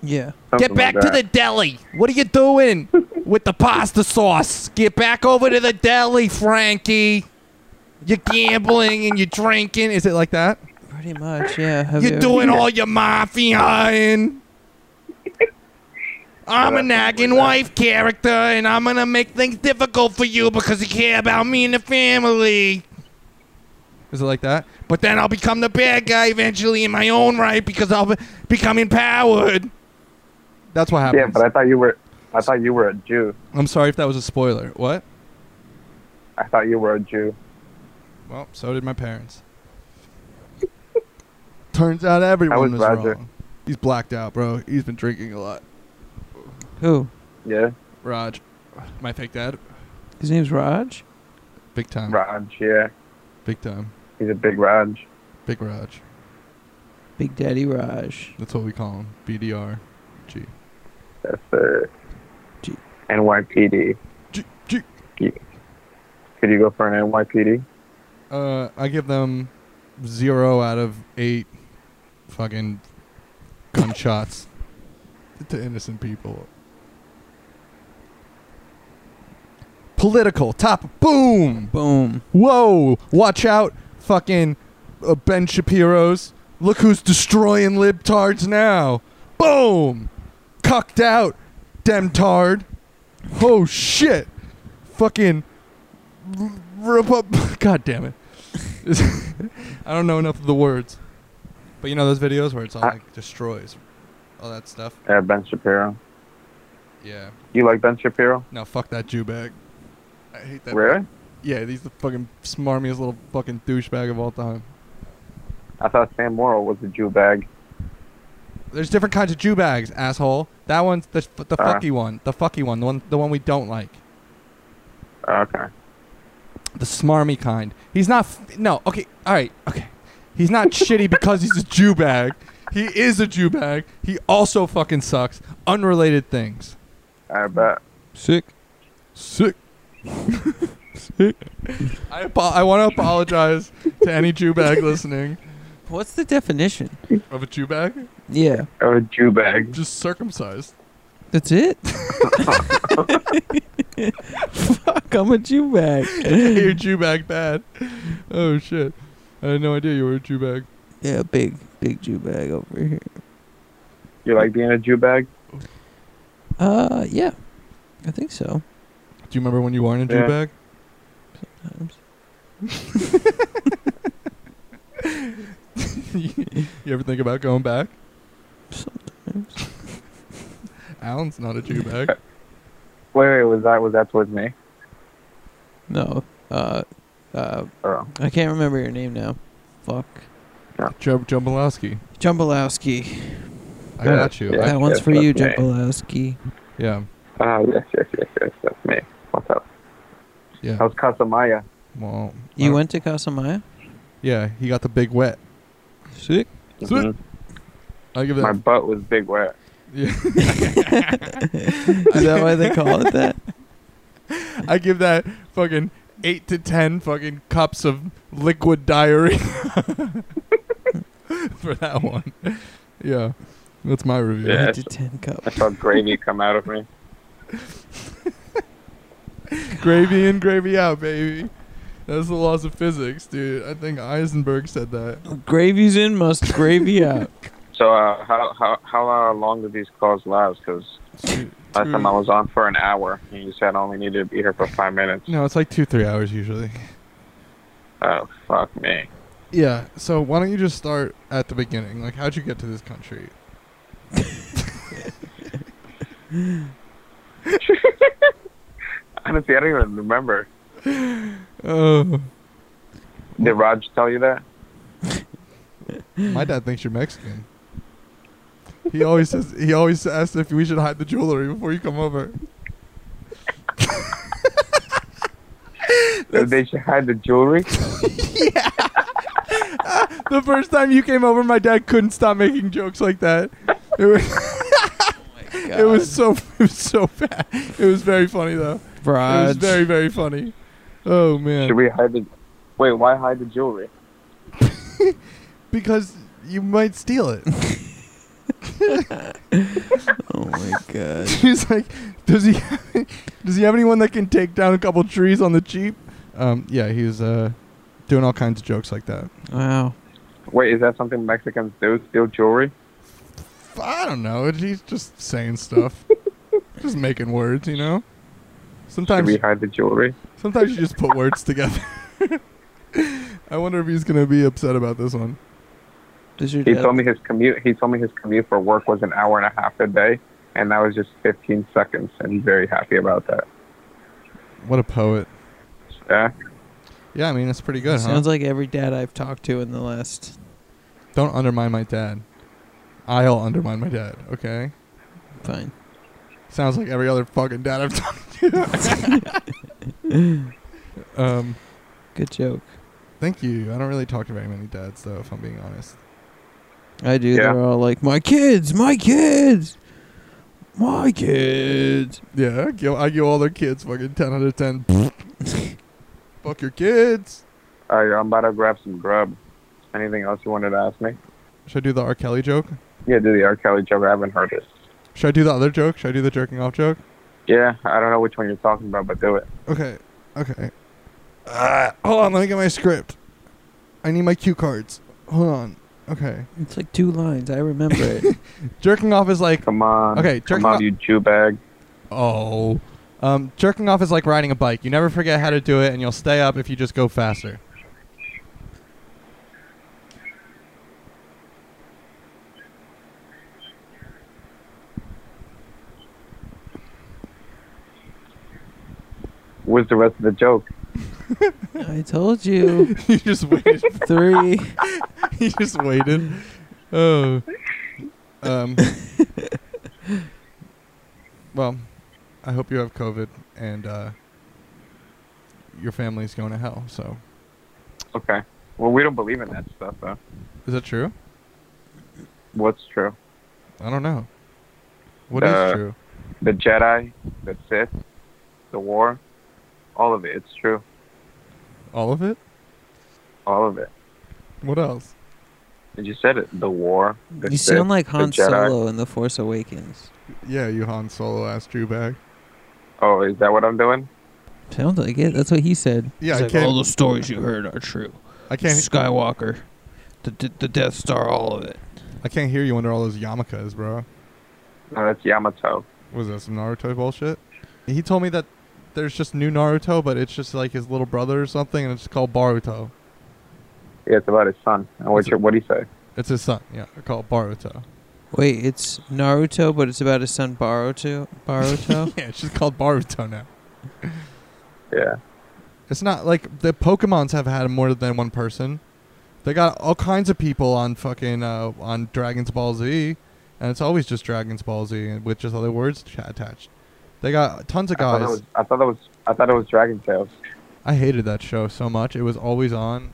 [SPEAKER 2] Yeah.
[SPEAKER 1] Get
[SPEAKER 4] Something
[SPEAKER 1] back
[SPEAKER 4] like
[SPEAKER 1] to
[SPEAKER 4] that.
[SPEAKER 1] the deli. What are you doing with the pasta sauce? Get back over to the deli, Frankie. You're gambling and you're drinking. Is
[SPEAKER 5] is it like that?
[SPEAKER 2] Pretty much. Yeah. Have
[SPEAKER 1] You're
[SPEAKER 2] you-
[SPEAKER 1] doing all your mafia-ing. I'm a nagging wife character, and I'm gonna make things difficult for you because you care about me and the family.
[SPEAKER 5] Is it like that?
[SPEAKER 1] But then I'll become the bad guy eventually in my own right because I'll be- become empowered.
[SPEAKER 5] That's what happens.
[SPEAKER 4] Yeah, but I thought you were. I thought you were a Jew.
[SPEAKER 5] I- am sorry if that was a spoiler. What?
[SPEAKER 4] I thought you were a Jew.
[SPEAKER 5] Well, so did my parents. Turns out everyone
[SPEAKER 4] was
[SPEAKER 5] was
[SPEAKER 4] Roger?
[SPEAKER 5] wrong. He's blacked out, bro. He's been drinking a lot.
[SPEAKER 2] Who?
[SPEAKER 4] Yeah,
[SPEAKER 5] Raj, my fake dad,
[SPEAKER 2] His name's Raj.
[SPEAKER 5] big time,
[SPEAKER 4] Raj. Yeah,
[SPEAKER 5] big time,
[SPEAKER 4] he's a big Raj.
[SPEAKER 5] big Raj.
[SPEAKER 2] Big Daddy Raj.
[SPEAKER 5] That's what we call him. BDR, G.
[SPEAKER 4] That's the
[SPEAKER 2] Gee.
[SPEAKER 4] NYPD.
[SPEAKER 5] G, G.
[SPEAKER 4] Could you go for an NYPD?
[SPEAKER 5] Uh, I give them zero out of eight fucking gunshots to innocent people. Political top boom.
[SPEAKER 2] Boom.
[SPEAKER 5] Whoa! Watch out, fucking uh, Ben Shapiro's. Look who's destroying libtards now. Boom! Cucked out, demtard. Oh shit! Fucking r- Repu- God damn it! I don't know enough of the words, but you know those videos where it's all
[SPEAKER 4] I-
[SPEAKER 5] like destroys, all that stuff.
[SPEAKER 4] Yeah, Uh, Ben Shapiro.
[SPEAKER 5] Yeah.
[SPEAKER 4] You like Ben Shapiro?
[SPEAKER 5] No, fuck that Jew bag. I hate that.
[SPEAKER 4] Really?
[SPEAKER 5] Yeah, he's the fucking smarmiest little fucking douchebag of all time.
[SPEAKER 4] I thought Sam Morrill was a Jew bag.
[SPEAKER 5] There's different kinds of Jew bags, asshole. That one's the the
[SPEAKER 4] Uh.
[SPEAKER 5] fucky one, the fucky one, the one the one we don't like,
[SPEAKER 4] Okay.
[SPEAKER 5] the smarmy kind. He's not. F- no, okay, all right, okay. He's not shitty because he's a Jew bag. He is a Jew bag. He also fucking sucks. Unrelated things.
[SPEAKER 4] I bet.
[SPEAKER 2] Sick.
[SPEAKER 5] Sick. Sick. I apo- I want to apologize to any Jew bag listening
[SPEAKER 2] What's the definition?
[SPEAKER 5] of a Jew bag.
[SPEAKER 2] Yeah.
[SPEAKER 4] Oh, a Jew bag.
[SPEAKER 5] Just circumcised.
[SPEAKER 2] That's it. Fuck. I'm a Jew bag.
[SPEAKER 5] You're a Jew bag bad. Oh shit. I had no idea you were a Jew bag.
[SPEAKER 2] Yeah. Big. Big Jew bag over here.
[SPEAKER 4] You like being a Jew bag?
[SPEAKER 2] Uh. Yeah. I think so.
[SPEAKER 5] Do you remember when you were in a Jew
[SPEAKER 4] Yeah.
[SPEAKER 5] bag?
[SPEAKER 2] Sometimes.
[SPEAKER 5] you ever think about going back?
[SPEAKER 2] Sometimes.
[SPEAKER 5] Alan's not a Jew bag.
[SPEAKER 4] Wait, wait, was that was that towards me?
[SPEAKER 2] No. Uh. Uh.
[SPEAKER 4] Oh,
[SPEAKER 2] I can't remember your name now. Fuck.
[SPEAKER 5] Joe Jumbalowski.
[SPEAKER 2] Jumbalowski.
[SPEAKER 5] I
[SPEAKER 4] Yeah,
[SPEAKER 5] got you.
[SPEAKER 4] yeah.
[SPEAKER 5] I-
[SPEAKER 2] That one's
[SPEAKER 4] yes,
[SPEAKER 2] for you,
[SPEAKER 4] that's me.
[SPEAKER 2] Jumbalowski.
[SPEAKER 5] Yeah.
[SPEAKER 4] oh yes, yes, yes, yes. That's me. What's up?
[SPEAKER 5] Yeah.
[SPEAKER 4] How's Casamaya?
[SPEAKER 5] Well,
[SPEAKER 2] You
[SPEAKER 5] I-
[SPEAKER 2] went to Casamaya?
[SPEAKER 5] Yeah, he got the big wet.
[SPEAKER 2] Sick.
[SPEAKER 5] So-
[SPEAKER 4] Mhm.
[SPEAKER 5] I give
[SPEAKER 4] My
[SPEAKER 5] that.
[SPEAKER 4] butt was big wet.
[SPEAKER 5] Yeah,
[SPEAKER 2] Is that why they call it that?
[SPEAKER 5] I give that fucking eight to ten fucking cups of liquid diarrhea for that one. Yeah, that's my review.
[SPEAKER 4] Yeah.
[SPEAKER 2] Eight to ten cup.
[SPEAKER 4] I saw gravy come out of me.
[SPEAKER 5] Gravy in, gravy out, baby. That's the laws of physics, dude. I think Eisenberg said that.
[SPEAKER 2] Gravy's in, must gravy out.
[SPEAKER 4] So So uh, how how how uh, long do these calls last? Because last time I was on for an hour, and you said I only needed to be here for five minutes.
[SPEAKER 5] No, it's like two, three hours usually.
[SPEAKER 4] Oh fuck me.
[SPEAKER 5] Yeah. So why don't you just start at the beginning? Like, how'd you get to this country?
[SPEAKER 4] Honestly, I don't even remember.
[SPEAKER 5] Oh,
[SPEAKER 4] Did Raj tell you that?
[SPEAKER 5] my dad thinks you're Mexican. He always says he always asks if we should hide the jewelry before you come over.
[SPEAKER 4] That they should hide the jewelry.
[SPEAKER 5] The first time you came over, my dad couldn't stop making jokes like that. It was, it was so it was so bad. It was very funny though. It was
[SPEAKER 2] Raj.
[SPEAKER 5] very very funny. Oh man.
[SPEAKER 4] Should we hide the? Wait, why hide the jewelry?
[SPEAKER 5] because you might steal it.
[SPEAKER 2] oh my god.
[SPEAKER 5] He's like, does he does he have anyone that can take down a couple trees on the cheap? Um, yeah, he's uh, doing all kinds of jokes like that.
[SPEAKER 2] Wow.
[SPEAKER 4] Wait, is that something Mexicans do? Steal jewelry?
[SPEAKER 5] F- I don't know. He's just saying stuff, just making words. You know.
[SPEAKER 4] Should
[SPEAKER 5] Sometimes,
[SPEAKER 4] we hide the jewelry?
[SPEAKER 5] sometimes you just put words together. I wonder if he's gonna be upset about this one.
[SPEAKER 2] Does your
[SPEAKER 4] He
[SPEAKER 2] dad-
[SPEAKER 4] told me his commute. He told me his commute for work was an hour and a half a day, and that was just 15 seconds. And he's very happy about that.
[SPEAKER 5] What a poet.
[SPEAKER 4] Yeah.
[SPEAKER 5] Yeah, I mean it's pretty good, huh?
[SPEAKER 2] Sounds like every dad I've talked to in the last.
[SPEAKER 5] Don't undermine my dad. I'll undermine my dad. Okay.
[SPEAKER 2] Fine.
[SPEAKER 5] Sounds like every other fucking dad I've talked to. um,
[SPEAKER 2] Good joke.
[SPEAKER 5] thank you. I don't really talk to very many dads, though, if I'm being honest.
[SPEAKER 2] I do.
[SPEAKER 4] Yeah.
[SPEAKER 2] They're all like, my kids, my kids, my kids.
[SPEAKER 5] Yeah, I give, I give all their kids fucking 10 out of 10. Fuck your kids.
[SPEAKER 4] All right, I'm about to grab some grub. Anything else you wanted to ask me?
[SPEAKER 5] Should I do the R. Kelly joke?
[SPEAKER 4] Yeah, do the R. Kelly joke. I haven't heard it.
[SPEAKER 5] Should I do the other joke? Should I do the jerking off joke?
[SPEAKER 4] Yeah, I don't know which one you're talking about, but do it.
[SPEAKER 5] Okay. Okay. Uh, hold on. Let me get my script. I need my cue cards. Hold on. Okay.
[SPEAKER 2] It's like two lines. I remember it.
[SPEAKER 5] Jerking off is like
[SPEAKER 4] Come on.
[SPEAKER 5] Okay, jerking
[SPEAKER 4] Come on,
[SPEAKER 5] off-
[SPEAKER 4] you Jew bag.
[SPEAKER 5] Oh. Um, jerking off is like riding a bike. You never forget how to do it, and you'll stay up if you just go faster.
[SPEAKER 4] Where's the rest of the joke?
[SPEAKER 2] I told you.
[SPEAKER 5] you just waited.
[SPEAKER 2] Three.
[SPEAKER 5] you just waited. Oh. Um. well, I hope you have COVID and uh, your family's going to hell. So,
[SPEAKER 4] Okay. Well, we don't believe in that stuff, though.
[SPEAKER 5] is that true?
[SPEAKER 4] What's true?
[SPEAKER 5] I don't know. What is
[SPEAKER 4] Uh,
[SPEAKER 5] true?
[SPEAKER 4] The Jedi, the Sith, the war, all of it. It's true.
[SPEAKER 5] All of it?
[SPEAKER 4] All of it.
[SPEAKER 5] What else?
[SPEAKER 4] And you said it. The war. The
[SPEAKER 2] You
[SPEAKER 4] Sith,
[SPEAKER 2] sound like
[SPEAKER 4] the
[SPEAKER 2] Han
[SPEAKER 4] Jedi.
[SPEAKER 2] Solo in The Force Awakens.
[SPEAKER 5] Yeah, you Han Solo ass Drew bag.
[SPEAKER 4] Oh, is that what I'm doing?
[SPEAKER 2] Sounds like it. That's what he said.
[SPEAKER 5] Yeah, I
[SPEAKER 6] It's like all
[SPEAKER 5] can't.
[SPEAKER 6] the stories you heard are true.
[SPEAKER 5] I can't.
[SPEAKER 6] Skywalker, the, the the Death Star, all of it.
[SPEAKER 5] I can't hear you under all those yarmulkes, bro.
[SPEAKER 4] No, that's Yamato.
[SPEAKER 5] was that some Naruto bullshit? He told me that there's just new Naruto, but it's just like his little brother or something, and it's called Baruto.
[SPEAKER 4] Yeah, it's about his son. And what's your, what'd he say?
[SPEAKER 5] It's his son, yeah, called Baruto.
[SPEAKER 2] Wait, it's Naruto, but it's about his son Baruto. Baruto.
[SPEAKER 5] Yeah, it's just called Baruto now.
[SPEAKER 4] Yeah.
[SPEAKER 5] It's not like the Pokemon's have had more than one person. They got all kinds of people on fucking uh, on Dragon's Ball Z, and it's always just Dragon's Ball Z and with just other words cha- attached. They got tons of
[SPEAKER 4] I thought,
[SPEAKER 5] guys.
[SPEAKER 4] that was, I thought that was I thought it was Dragon Tales.
[SPEAKER 5] I hated that show so much. It was always on,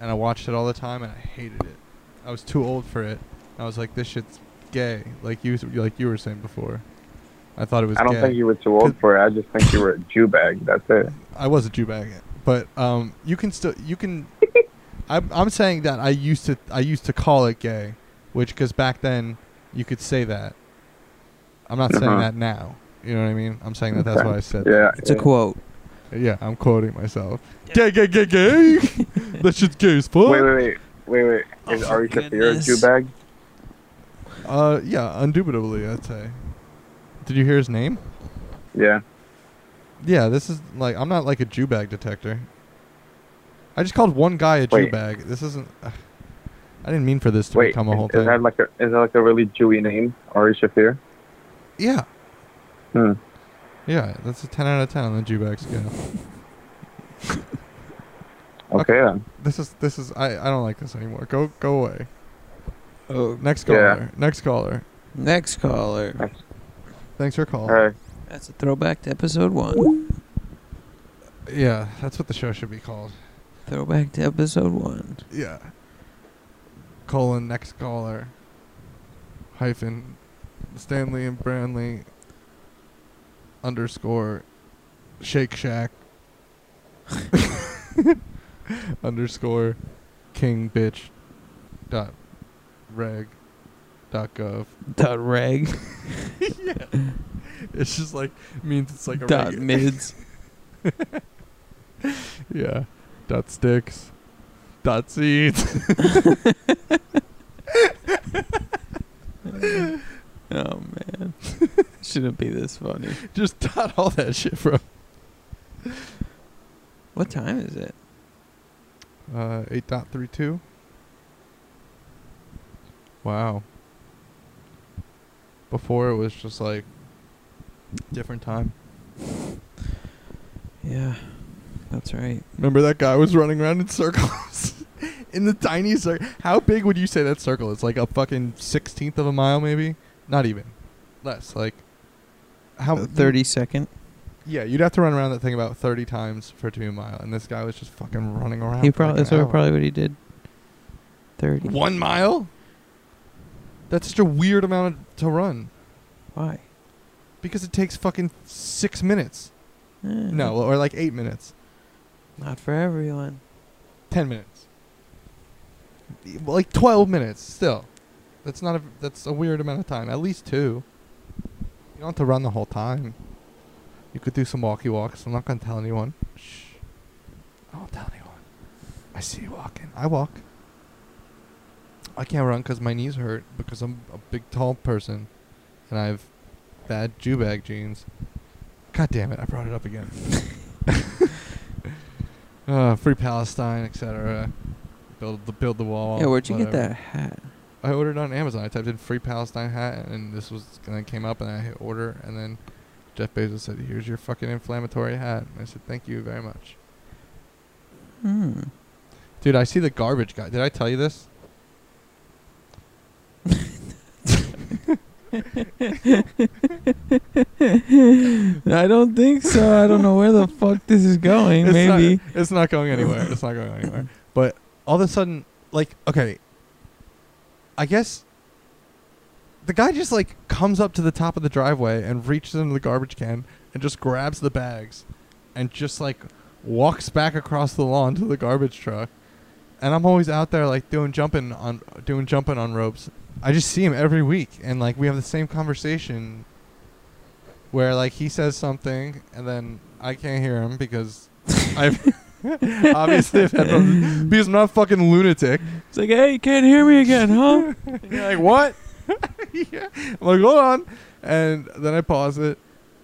[SPEAKER 5] and I watched it all the time, and I hated it. I was too old for it. I was like, this shit's gay, like you like you were saying before. I thought it was.
[SPEAKER 4] I don't
[SPEAKER 5] gay.
[SPEAKER 4] think you were too old for it. I just think you were a Jew bag. That's it.
[SPEAKER 5] I was a Jew bag, but um, you can still you can. I'm I'm saying that I used to I used to call it gay, which because back then you could say that. I'm not saying
[SPEAKER 4] Uh-huh.
[SPEAKER 5] that now. You know what I mean? I'm saying that that's
[SPEAKER 4] Okay.
[SPEAKER 5] why I said. that.
[SPEAKER 4] Yeah.
[SPEAKER 2] It's a quote.
[SPEAKER 5] Yeah, I'm quoting myself. Gay, gay, gay, gay. that shit's gay as fuck.
[SPEAKER 4] Wait, wait, wait, wait, wait. Is
[SPEAKER 2] Oh,
[SPEAKER 4] Ari
[SPEAKER 2] my
[SPEAKER 4] Shafir a
[SPEAKER 2] goodness.
[SPEAKER 4] Jew bag?
[SPEAKER 5] Uh, yeah, undubitably, I'd say. Did you hear his name?
[SPEAKER 4] Yeah.
[SPEAKER 5] Yeah, this is like I'm not like a Jew bag detector. I just called one guy a Jew
[SPEAKER 4] Wait.
[SPEAKER 5] bag. This isn't. I didn't mean for this to
[SPEAKER 4] Wait,
[SPEAKER 5] become a
[SPEAKER 4] is-
[SPEAKER 5] whole
[SPEAKER 4] is
[SPEAKER 5] thing.
[SPEAKER 4] that like a is that like a really Jewy name, Ari Shafir?
[SPEAKER 5] yeah,
[SPEAKER 4] Hmm.
[SPEAKER 5] yeah, that's a ten out of ten on the Jew bag scale.
[SPEAKER 4] Okay, then.
[SPEAKER 5] This is this is I, I don't like this anymore. Go go away.
[SPEAKER 2] Oh,
[SPEAKER 5] Next
[SPEAKER 4] Yeah.
[SPEAKER 5] caller. Next caller.
[SPEAKER 2] next caller.
[SPEAKER 4] That's-
[SPEAKER 5] Thanks for calling.
[SPEAKER 4] All right.
[SPEAKER 2] That's a throwback to episode one.
[SPEAKER 5] Yeah, that's what the show should be called.
[SPEAKER 2] Throwback to episode one.
[SPEAKER 5] Yeah. Colon next caller. Hyphen Stanley and Branley underscore Shake Shack underscore King Bitch dot reg dot gov.
[SPEAKER 2] Dot reg.
[SPEAKER 5] It's just like means it's like a
[SPEAKER 2] Dot
[SPEAKER 5] reg-
[SPEAKER 2] mids.
[SPEAKER 5] Yeah. Dot sticks. Dot seeds.
[SPEAKER 2] Oh man, shouldn't be this funny.
[SPEAKER 5] just dot all that shit, bro.
[SPEAKER 2] What time is it?
[SPEAKER 5] Uh, eight dot three two. Wow. Before it was just like different time.
[SPEAKER 2] Yeah, that's right.
[SPEAKER 5] Remember that guy was running around in circles, in the tiny circle. How big would you say that circle is? Like a fucking sixteenth of a mile, maybe? Not even, less. Like how
[SPEAKER 2] A Uh, Thirty second.
[SPEAKER 5] Yeah, you'd have to run around that thing about thirty times for it to be a mile, and this guy was just fucking running around.
[SPEAKER 2] He
[SPEAKER 5] for like
[SPEAKER 2] probably
[SPEAKER 5] an
[SPEAKER 2] that's what
[SPEAKER 5] hour.
[SPEAKER 2] probably what he did. Thirty.
[SPEAKER 5] One mile? That's such a weird amount of, to run
[SPEAKER 2] Why?
[SPEAKER 5] because it takes fucking six minutes.
[SPEAKER 2] Eh,
[SPEAKER 5] No, or like eight minutes,
[SPEAKER 2] not for everyone.
[SPEAKER 5] ten minutes, Y- well, like twelve minutes. Still, that's not a that's a weird amount of time. At least two. You don't have to run the whole time. You could do some walkie walks. I'm not gonna tell anyone. Shh. I won't tell anyone. I see you walking. I walk. I can't run because my knees hurt because I'm a big tall person, and I have bad Jew bag jeans. God damn it! I brought it up again. uh, free Palestine, etc. Build the build the wall.
[SPEAKER 2] yeah, where'd you get
[SPEAKER 5] whatever.
[SPEAKER 2] that hat?
[SPEAKER 5] I ordered on Amazon. I typed in free Palestine hat, and this was and it came up, and I hit order, and then Jeff Bezos said, "Here's your fucking inflammatory hat." And I said, "Thank you very much,
[SPEAKER 2] Hmm.
[SPEAKER 5] dude." I see the garbage guy. Did I tell you this?
[SPEAKER 2] I don't think so. I don't know where the fuck this is going.
[SPEAKER 5] It's not-
[SPEAKER 2] Maybe.
[SPEAKER 5] it's not going anywhere. It's not going anywhere. But all of a sudden, like, okay, I guess the guy just like comes up to the top of the driveway and reaches into the garbage can and just grabs the bags and just like walks back across the lawn to the garbage truck. And I'm always out there like doing jumping on doing jumping on ropes. I just see him every week and like we have the same conversation where like he says something and then I can't hear him because I've obviously have headphones because I'm not a fucking lunatic.
[SPEAKER 2] It's like, hey, you can't hear me again, huh?
[SPEAKER 5] And you're like what? yeah. I'm like hold on, and then I pause it,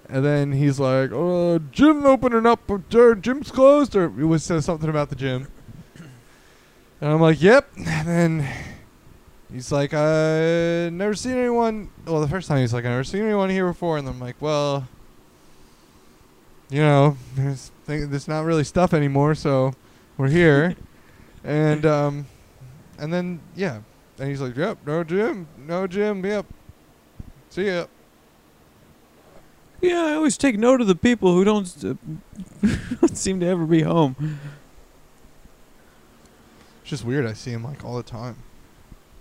[SPEAKER 5] and then he's like, "Oh, gym opening up, or gym's closed," or it was says something about the gym, and I'm like, "Yep," and then. He's like, I never seen anyone. Well, the first time he's like, I never seen anyone here before, and I'm like, well, you know, there's thing, there's not really stuff anymore, so we're here, and um, and then yeah, and he's like, yep, no Jim, no Jim, yep, see ya.
[SPEAKER 2] Yeah, I always take note of the people who don't, s- don't seem to ever be home.
[SPEAKER 5] It's just weird. I see him like all the time.
[SPEAKER 2] I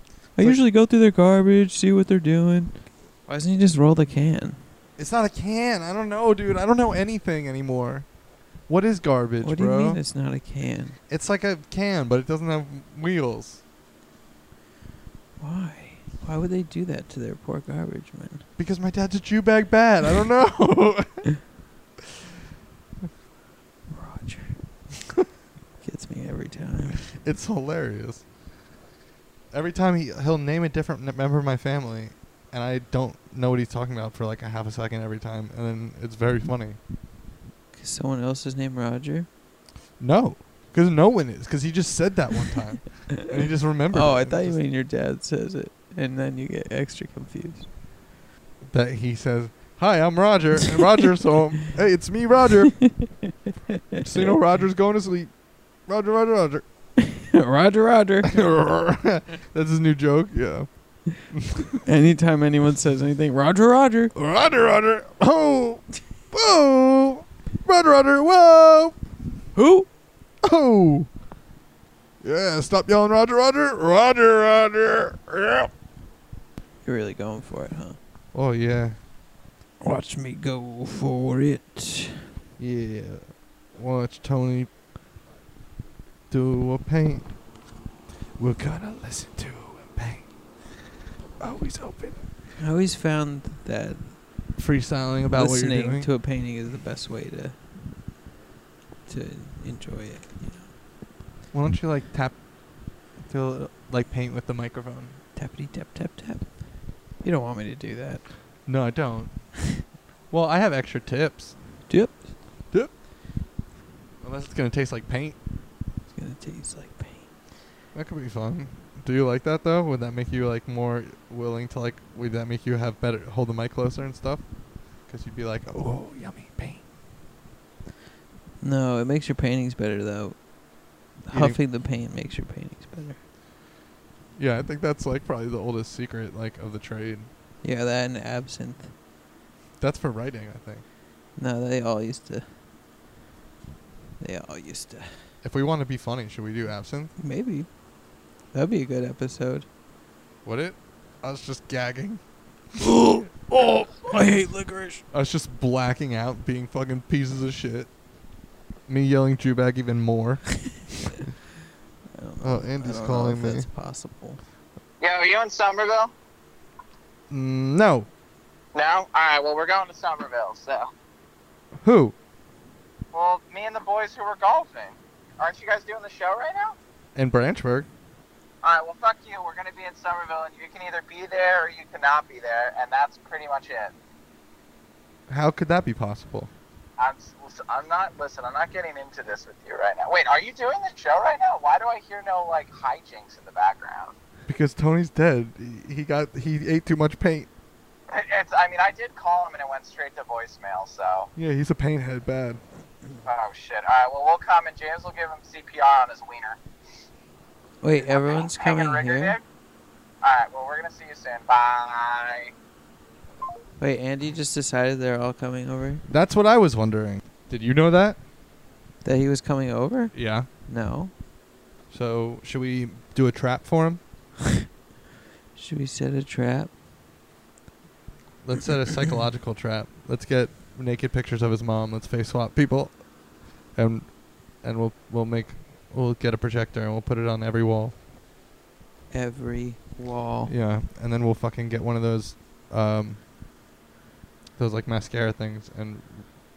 [SPEAKER 5] It's like-
[SPEAKER 2] usually go through their garbage, see what they're doing. Why doesn't he just roll the can?
[SPEAKER 5] It's not a can. I don't know, dude. I don't know anything anymore. What is garbage,
[SPEAKER 2] what do
[SPEAKER 5] bro?
[SPEAKER 2] you mean it's not a can?
[SPEAKER 5] It's like a can, but it doesn't have wheels
[SPEAKER 2] Why? Why would they do that to their poor garbage man?
[SPEAKER 5] because my dad's a Jew bag bad. I don't know.
[SPEAKER 2] Roger. Gets me every time.
[SPEAKER 5] It's hilarious. every time he he'll name a different n- member of my family, and I don't know what he's talking about for like a half a second every time, and then it's very funny.
[SPEAKER 2] Is someone else's name Roger?
[SPEAKER 5] No, because no one is, because he just said that one time, and he just remembered.
[SPEAKER 2] Oh,
[SPEAKER 5] it,
[SPEAKER 2] I
[SPEAKER 5] and it
[SPEAKER 2] thought you
[SPEAKER 5] just-
[SPEAKER 2] mean your dad says it, and then you get extra confused.
[SPEAKER 5] that he says, "Hi, I'm Roger," and Roger's home. Hey, it's me, Roger. Just so you know, Roger's going to sleep. Roger, Roger, Roger.
[SPEAKER 2] Roger, Roger.
[SPEAKER 5] That's his new joke. Yeah.
[SPEAKER 2] Anytime anyone says anything, Roger, Roger.
[SPEAKER 5] Roger, Roger. Oh, whoa. Roger, Roger. Whoa.
[SPEAKER 2] Who?
[SPEAKER 5] Oh. Yeah. Stop yelling, Roger, Roger. Roger, Roger. Yeah.
[SPEAKER 2] You're really going for it, huh?
[SPEAKER 5] Oh yeah.
[SPEAKER 7] Watch me go for it.
[SPEAKER 5] Yeah. Watch Tony do a paint. We're gonna listen to a paint. Always open.
[SPEAKER 2] I always found that
[SPEAKER 5] Freestyling about what you're
[SPEAKER 2] listening
[SPEAKER 5] doing.
[SPEAKER 2] to a painting is the best way to to enjoy it. You know,
[SPEAKER 5] Why don't you like tap, do a little, like paint with the microphone?
[SPEAKER 2] tappity tap tap tap. You don't want me to do that.
[SPEAKER 5] No, I don't. well, I have extra tips.
[SPEAKER 2] Tip?
[SPEAKER 5] Tip. Unless it's gonna taste like paint.
[SPEAKER 2] It's gonna taste like paint.
[SPEAKER 5] That could be fun. Do you like that though? Would that make you like more willing to like? Would that make you have better hold the mic closer and stuff? Because you'd be like, oh, yummy paint.
[SPEAKER 2] No, it makes your paintings better though.
[SPEAKER 5] Eating-
[SPEAKER 2] Huffing the paint makes your paintings better.
[SPEAKER 5] Yeah, I think that's like probably the oldest secret like of the trade.
[SPEAKER 2] Yeah, that and absinthe.
[SPEAKER 5] That's for writing, I think.
[SPEAKER 2] No, they all used to. They all used to.
[SPEAKER 5] If we want to be funny, should we do absinthe?
[SPEAKER 2] Maybe that'd be a good episode.
[SPEAKER 5] Would it? I was just gagging.
[SPEAKER 2] Oh, I hate licorice.
[SPEAKER 5] I was just blacking out, being fucking pieces of shit. Me yelling Jew bag even more.
[SPEAKER 2] I don't know.
[SPEAKER 5] Oh,
[SPEAKER 2] I
[SPEAKER 5] Andy's
[SPEAKER 2] don't
[SPEAKER 5] calling
[SPEAKER 2] know if
[SPEAKER 5] me.
[SPEAKER 2] That's possible.
[SPEAKER 8] Yo, are you in Somerville?
[SPEAKER 5] Mm, No.
[SPEAKER 8] No? Alright, well, we're going to Somerville, so.
[SPEAKER 5] Who?
[SPEAKER 8] Well, me and the boys who were golfing. Aren't you guys doing the show right now?
[SPEAKER 5] In Branchburg.
[SPEAKER 8] Alright, well, fuck you. We're going to be in Somerville, and you can either be there or you cannot be there, and that's pretty much it.
[SPEAKER 5] How could that be possible?
[SPEAKER 8] I'm, s- I'm not, listen, I'm not getting into this with you right now. Wait, are you doing the show right now? Why do I hear no, like, hijinks in the background?
[SPEAKER 5] Because Tony's dead. He- He got he ate too much paint.
[SPEAKER 8] It- It's, I mean, I did call him and it went straight to voicemail, so.
[SPEAKER 5] Yeah, he's a paint head bad.
[SPEAKER 8] Oh, shit. Alright, well, we'll come and James will give him CPR on his wiener.
[SPEAKER 2] Wait, everyone's coming here.
[SPEAKER 8] Alright, well, we're going to see you soon. Bye.
[SPEAKER 2] Wait, Andy just decided they're all coming over.
[SPEAKER 5] That's what I was wondering. Did you know that?
[SPEAKER 2] That he was coming over?
[SPEAKER 5] Yeah.
[SPEAKER 2] No.
[SPEAKER 5] So should we do a trap for him?
[SPEAKER 2] Should we set a trap?
[SPEAKER 5] Let's set a psychological trap. Let's get naked pictures of his mom. Let's face swap people, and and we'll we'll make we'll get a projector and we'll put it on every wall.
[SPEAKER 2] Every wall.
[SPEAKER 5] Yeah, and then we'll fucking get one of those, um, those like mascara things and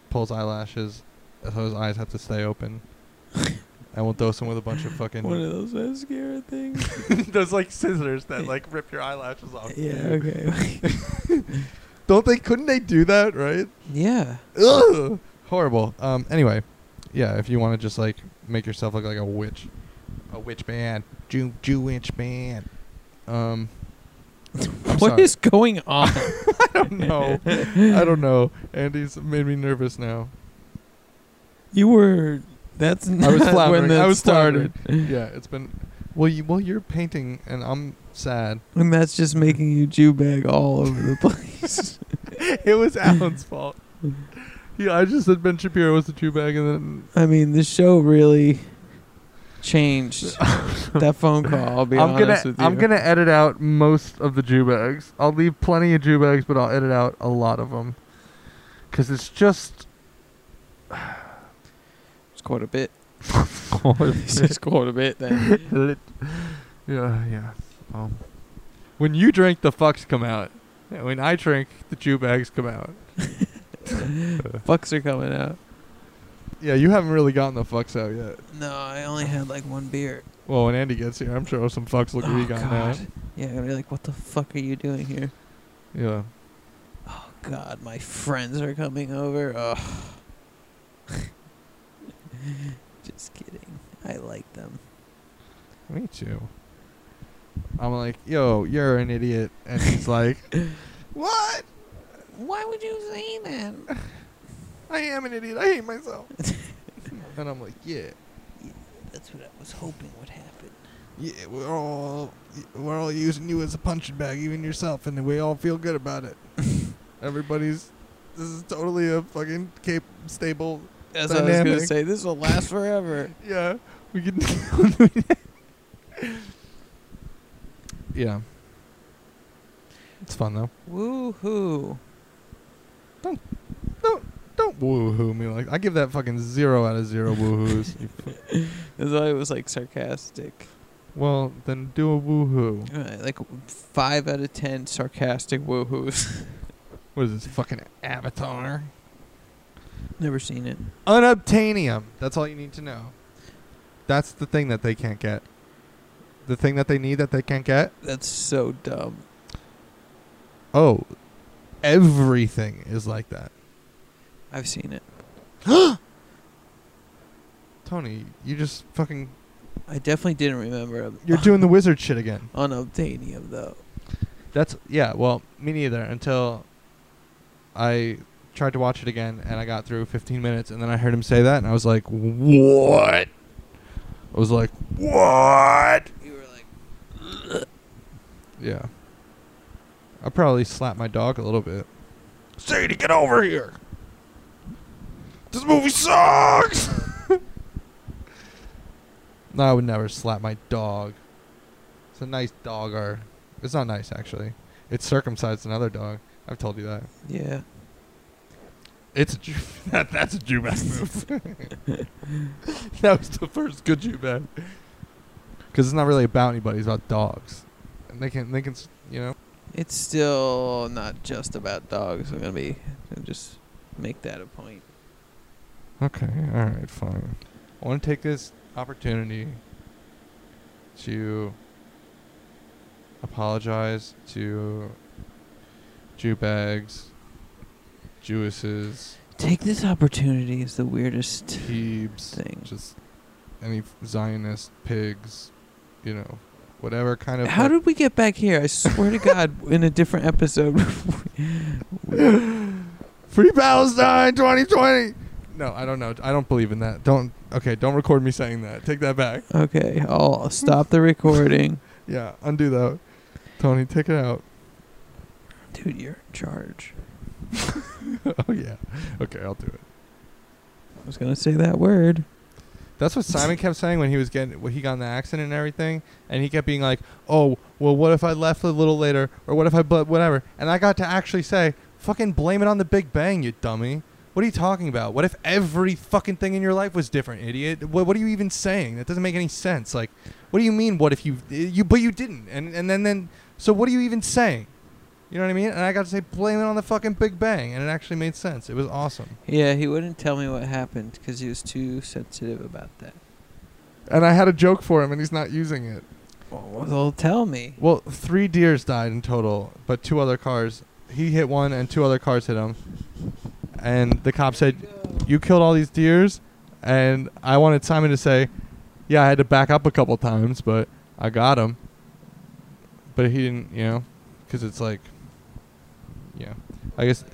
[SPEAKER 5] pulls eyelashes, so his eyes have to stay open. and we'll dose him with a bunch of
[SPEAKER 2] One
[SPEAKER 5] fucking
[SPEAKER 2] of those mascara things.
[SPEAKER 5] those like scissors that like rip your eyelashes off.
[SPEAKER 2] yeah. Okay.
[SPEAKER 5] Don't they? Couldn't they do that? Right?
[SPEAKER 2] yeah.
[SPEAKER 5] Ugh, horrible. Um. Anyway, yeah. If you want to just like make yourself look like a witch, a witch man, Jew, Jew witch man. Um. I'm
[SPEAKER 2] What
[SPEAKER 5] sorry.
[SPEAKER 2] is going on?
[SPEAKER 5] no, I don't know. Andy's made me nervous now.
[SPEAKER 2] you were. That's not
[SPEAKER 5] I was floundering.
[SPEAKER 2] when that
[SPEAKER 5] I was
[SPEAKER 2] started.
[SPEAKER 5] floundering. Yeah, it's been. Well, you well you're painting, and I'm sad.
[SPEAKER 2] And that's just making you Jew bag all over the place.
[SPEAKER 5] It was Alan's fault. Yeah, I just said Ben Shapiro was the chew bag, and then
[SPEAKER 2] I mean, the show really changed that phone call. I'll be
[SPEAKER 5] I'm gonna
[SPEAKER 2] honest with you.
[SPEAKER 5] I'm gonna edit out most of the Jew bags. I'll leave plenty of Jew bags, but I'll edit out a lot of them because it's just
[SPEAKER 2] It's quite a bit. it's quite a bit then.
[SPEAKER 5] yeah yeah. Um, when you drink, the fucks come out. And When I drink, the Jew bags come out.
[SPEAKER 2] Fucks are coming out.
[SPEAKER 5] Yeah, you haven't really gotten the fucks out yet.
[SPEAKER 2] No, I only had like one beer.
[SPEAKER 5] Well, when Andy gets here, I'm sure some fucks look
[SPEAKER 2] Oh,
[SPEAKER 5] we got now.
[SPEAKER 2] Yeah, I'm gonna be like, what the fuck are you doing here?
[SPEAKER 5] Yeah.
[SPEAKER 2] Oh God, my friends are coming over. Ugh. Just kidding. I like them.
[SPEAKER 5] Me too. I'm like, yo, you're an idiot, and he's like, what?
[SPEAKER 2] Why would you say that?
[SPEAKER 5] I am an idiot. I hate myself. and I'm like, yeah,
[SPEAKER 2] That's what I was hoping would happen.
[SPEAKER 5] yeah, we're all we're all using you as a punching bag, even yourself, and we all feel good about it. Everybody's this is totally a fucking cap- stable.
[SPEAKER 2] That's what I was
[SPEAKER 5] Dynamic.
[SPEAKER 2] gonna say. This will last forever.
[SPEAKER 5] Yeah, we can. yeah, it's fun though.
[SPEAKER 2] Woohoo!
[SPEAKER 5] Don't woohoo me like I give that fucking zero out of zero woohoos. You fu-
[SPEAKER 2] That's why it was like sarcastic.
[SPEAKER 5] well, then do a woohoo.
[SPEAKER 2] Uh, like five out of ten sarcastic woohoos.
[SPEAKER 5] What is this fucking avatar?
[SPEAKER 2] Never seen it.
[SPEAKER 5] Unobtainium. That's all you need to know. That's the thing that they can't get. The thing that they need that they can't get.
[SPEAKER 2] That's so dumb.
[SPEAKER 5] Oh, everything is like that.
[SPEAKER 2] I've seen it.
[SPEAKER 5] Tony, you just fucking
[SPEAKER 2] I definitely didn't remember
[SPEAKER 5] you're doing the wizard shit again.
[SPEAKER 2] unobtainium though.
[SPEAKER 5] That's yeah. Well, me neither. Until I tried to watch it again, and I got through 15 minutes, and then I heard him say that, and I was like, "What?" I was like, "What?"
[SPEAKER 2] You were like,
[SPEAKER 5] Yeah. I probably slapped my dog a little bit.
[SPEAKER 9] Sadie, get over here. This movie sucks.
[SPEAKER 5] No, I would never slap my dog. It's a nice dogger. It's not nice actually. It circumcised another dog. I've told you that.
[SPEAKER 2] yeah.
[SPEAKER 5] It's a Jew. That, that's a Jew bad move. that was the first good Jew bad. Because it's not really about anybody. It's about dogs, and they can they can s- you know.
[SPEAKER 2] It's still not just about dogs. I'm gonna be I'm just make that a point.
[SPEAKER 5] Okay. All right. Fine. I want to take this opportunity to apologize to Jew bags, Jewesses,
[SPEAKER 2] Take this opportunity is the weirdest
[SPEAKER 5] Hebes,
[SPEAKER 2] thing.
[SPEAKER 5] just any Zionist pigs, you know, whatever kind of.
[SPEAKER 2] How
[SPEAKER 5] like-
[SPEAKER 2] did we get back here? I swear to God, in a different episode.
[SPEAKER 5] Free Palestine 2020. No, I don't know. I don't believe in that. Don't. Okay, don't record me saying that. Take that back.
[SPEAKER 2] okay, I'll stop the recording.
[SPEAKER 5] Yeah, undo that. Tony, take it out.
[SPEAKER 2] Dude, you're in charge.
[SPEAKER 5] oh yeah. Okay, I'll do it.
[SPEAKER 2] I was gonna say that word.
[SPEAKER 5] That's what Simon kept saying when he was getting when he got in the accident and everything, and he kept being like, "Oh, well, what if I left a little later, or what if I but whatever?" And I got to actually say, "Fucking blame it on the Big Bang, you dummy! What are you talking about? What if every fucking thing in your life was different, idiot? What, what are you even saying? That doesn't make any sense. Like, what do you mean? What if you eh, you but you didn't? And and then then so what are you even saying? You know what I mean? And I got to say, blame it on the fucking Big Bang, and it actually made sense. It was awesome.
[SPEAKER 2] Yeah, he wouldn't tell me what happened because he was too sensitive about that.
[SPEAKER 5] And I had a joke for him, and he's not using it.
[SPEAKER 2] Well, they'll tell me.
[SPEAKER 5] Well, three deers died in total, but two other cars. He hit one, and two other cars hit him. And the cop said, "You killed all these deers." And I wanted Simon to say, "Yeah, I had to back up a couple times, but I got him." But he didn't, you know, because it's like, yeah, I guess.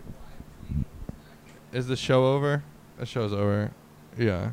[SPEAKER 5] Is the show over? The show's over. Yeah.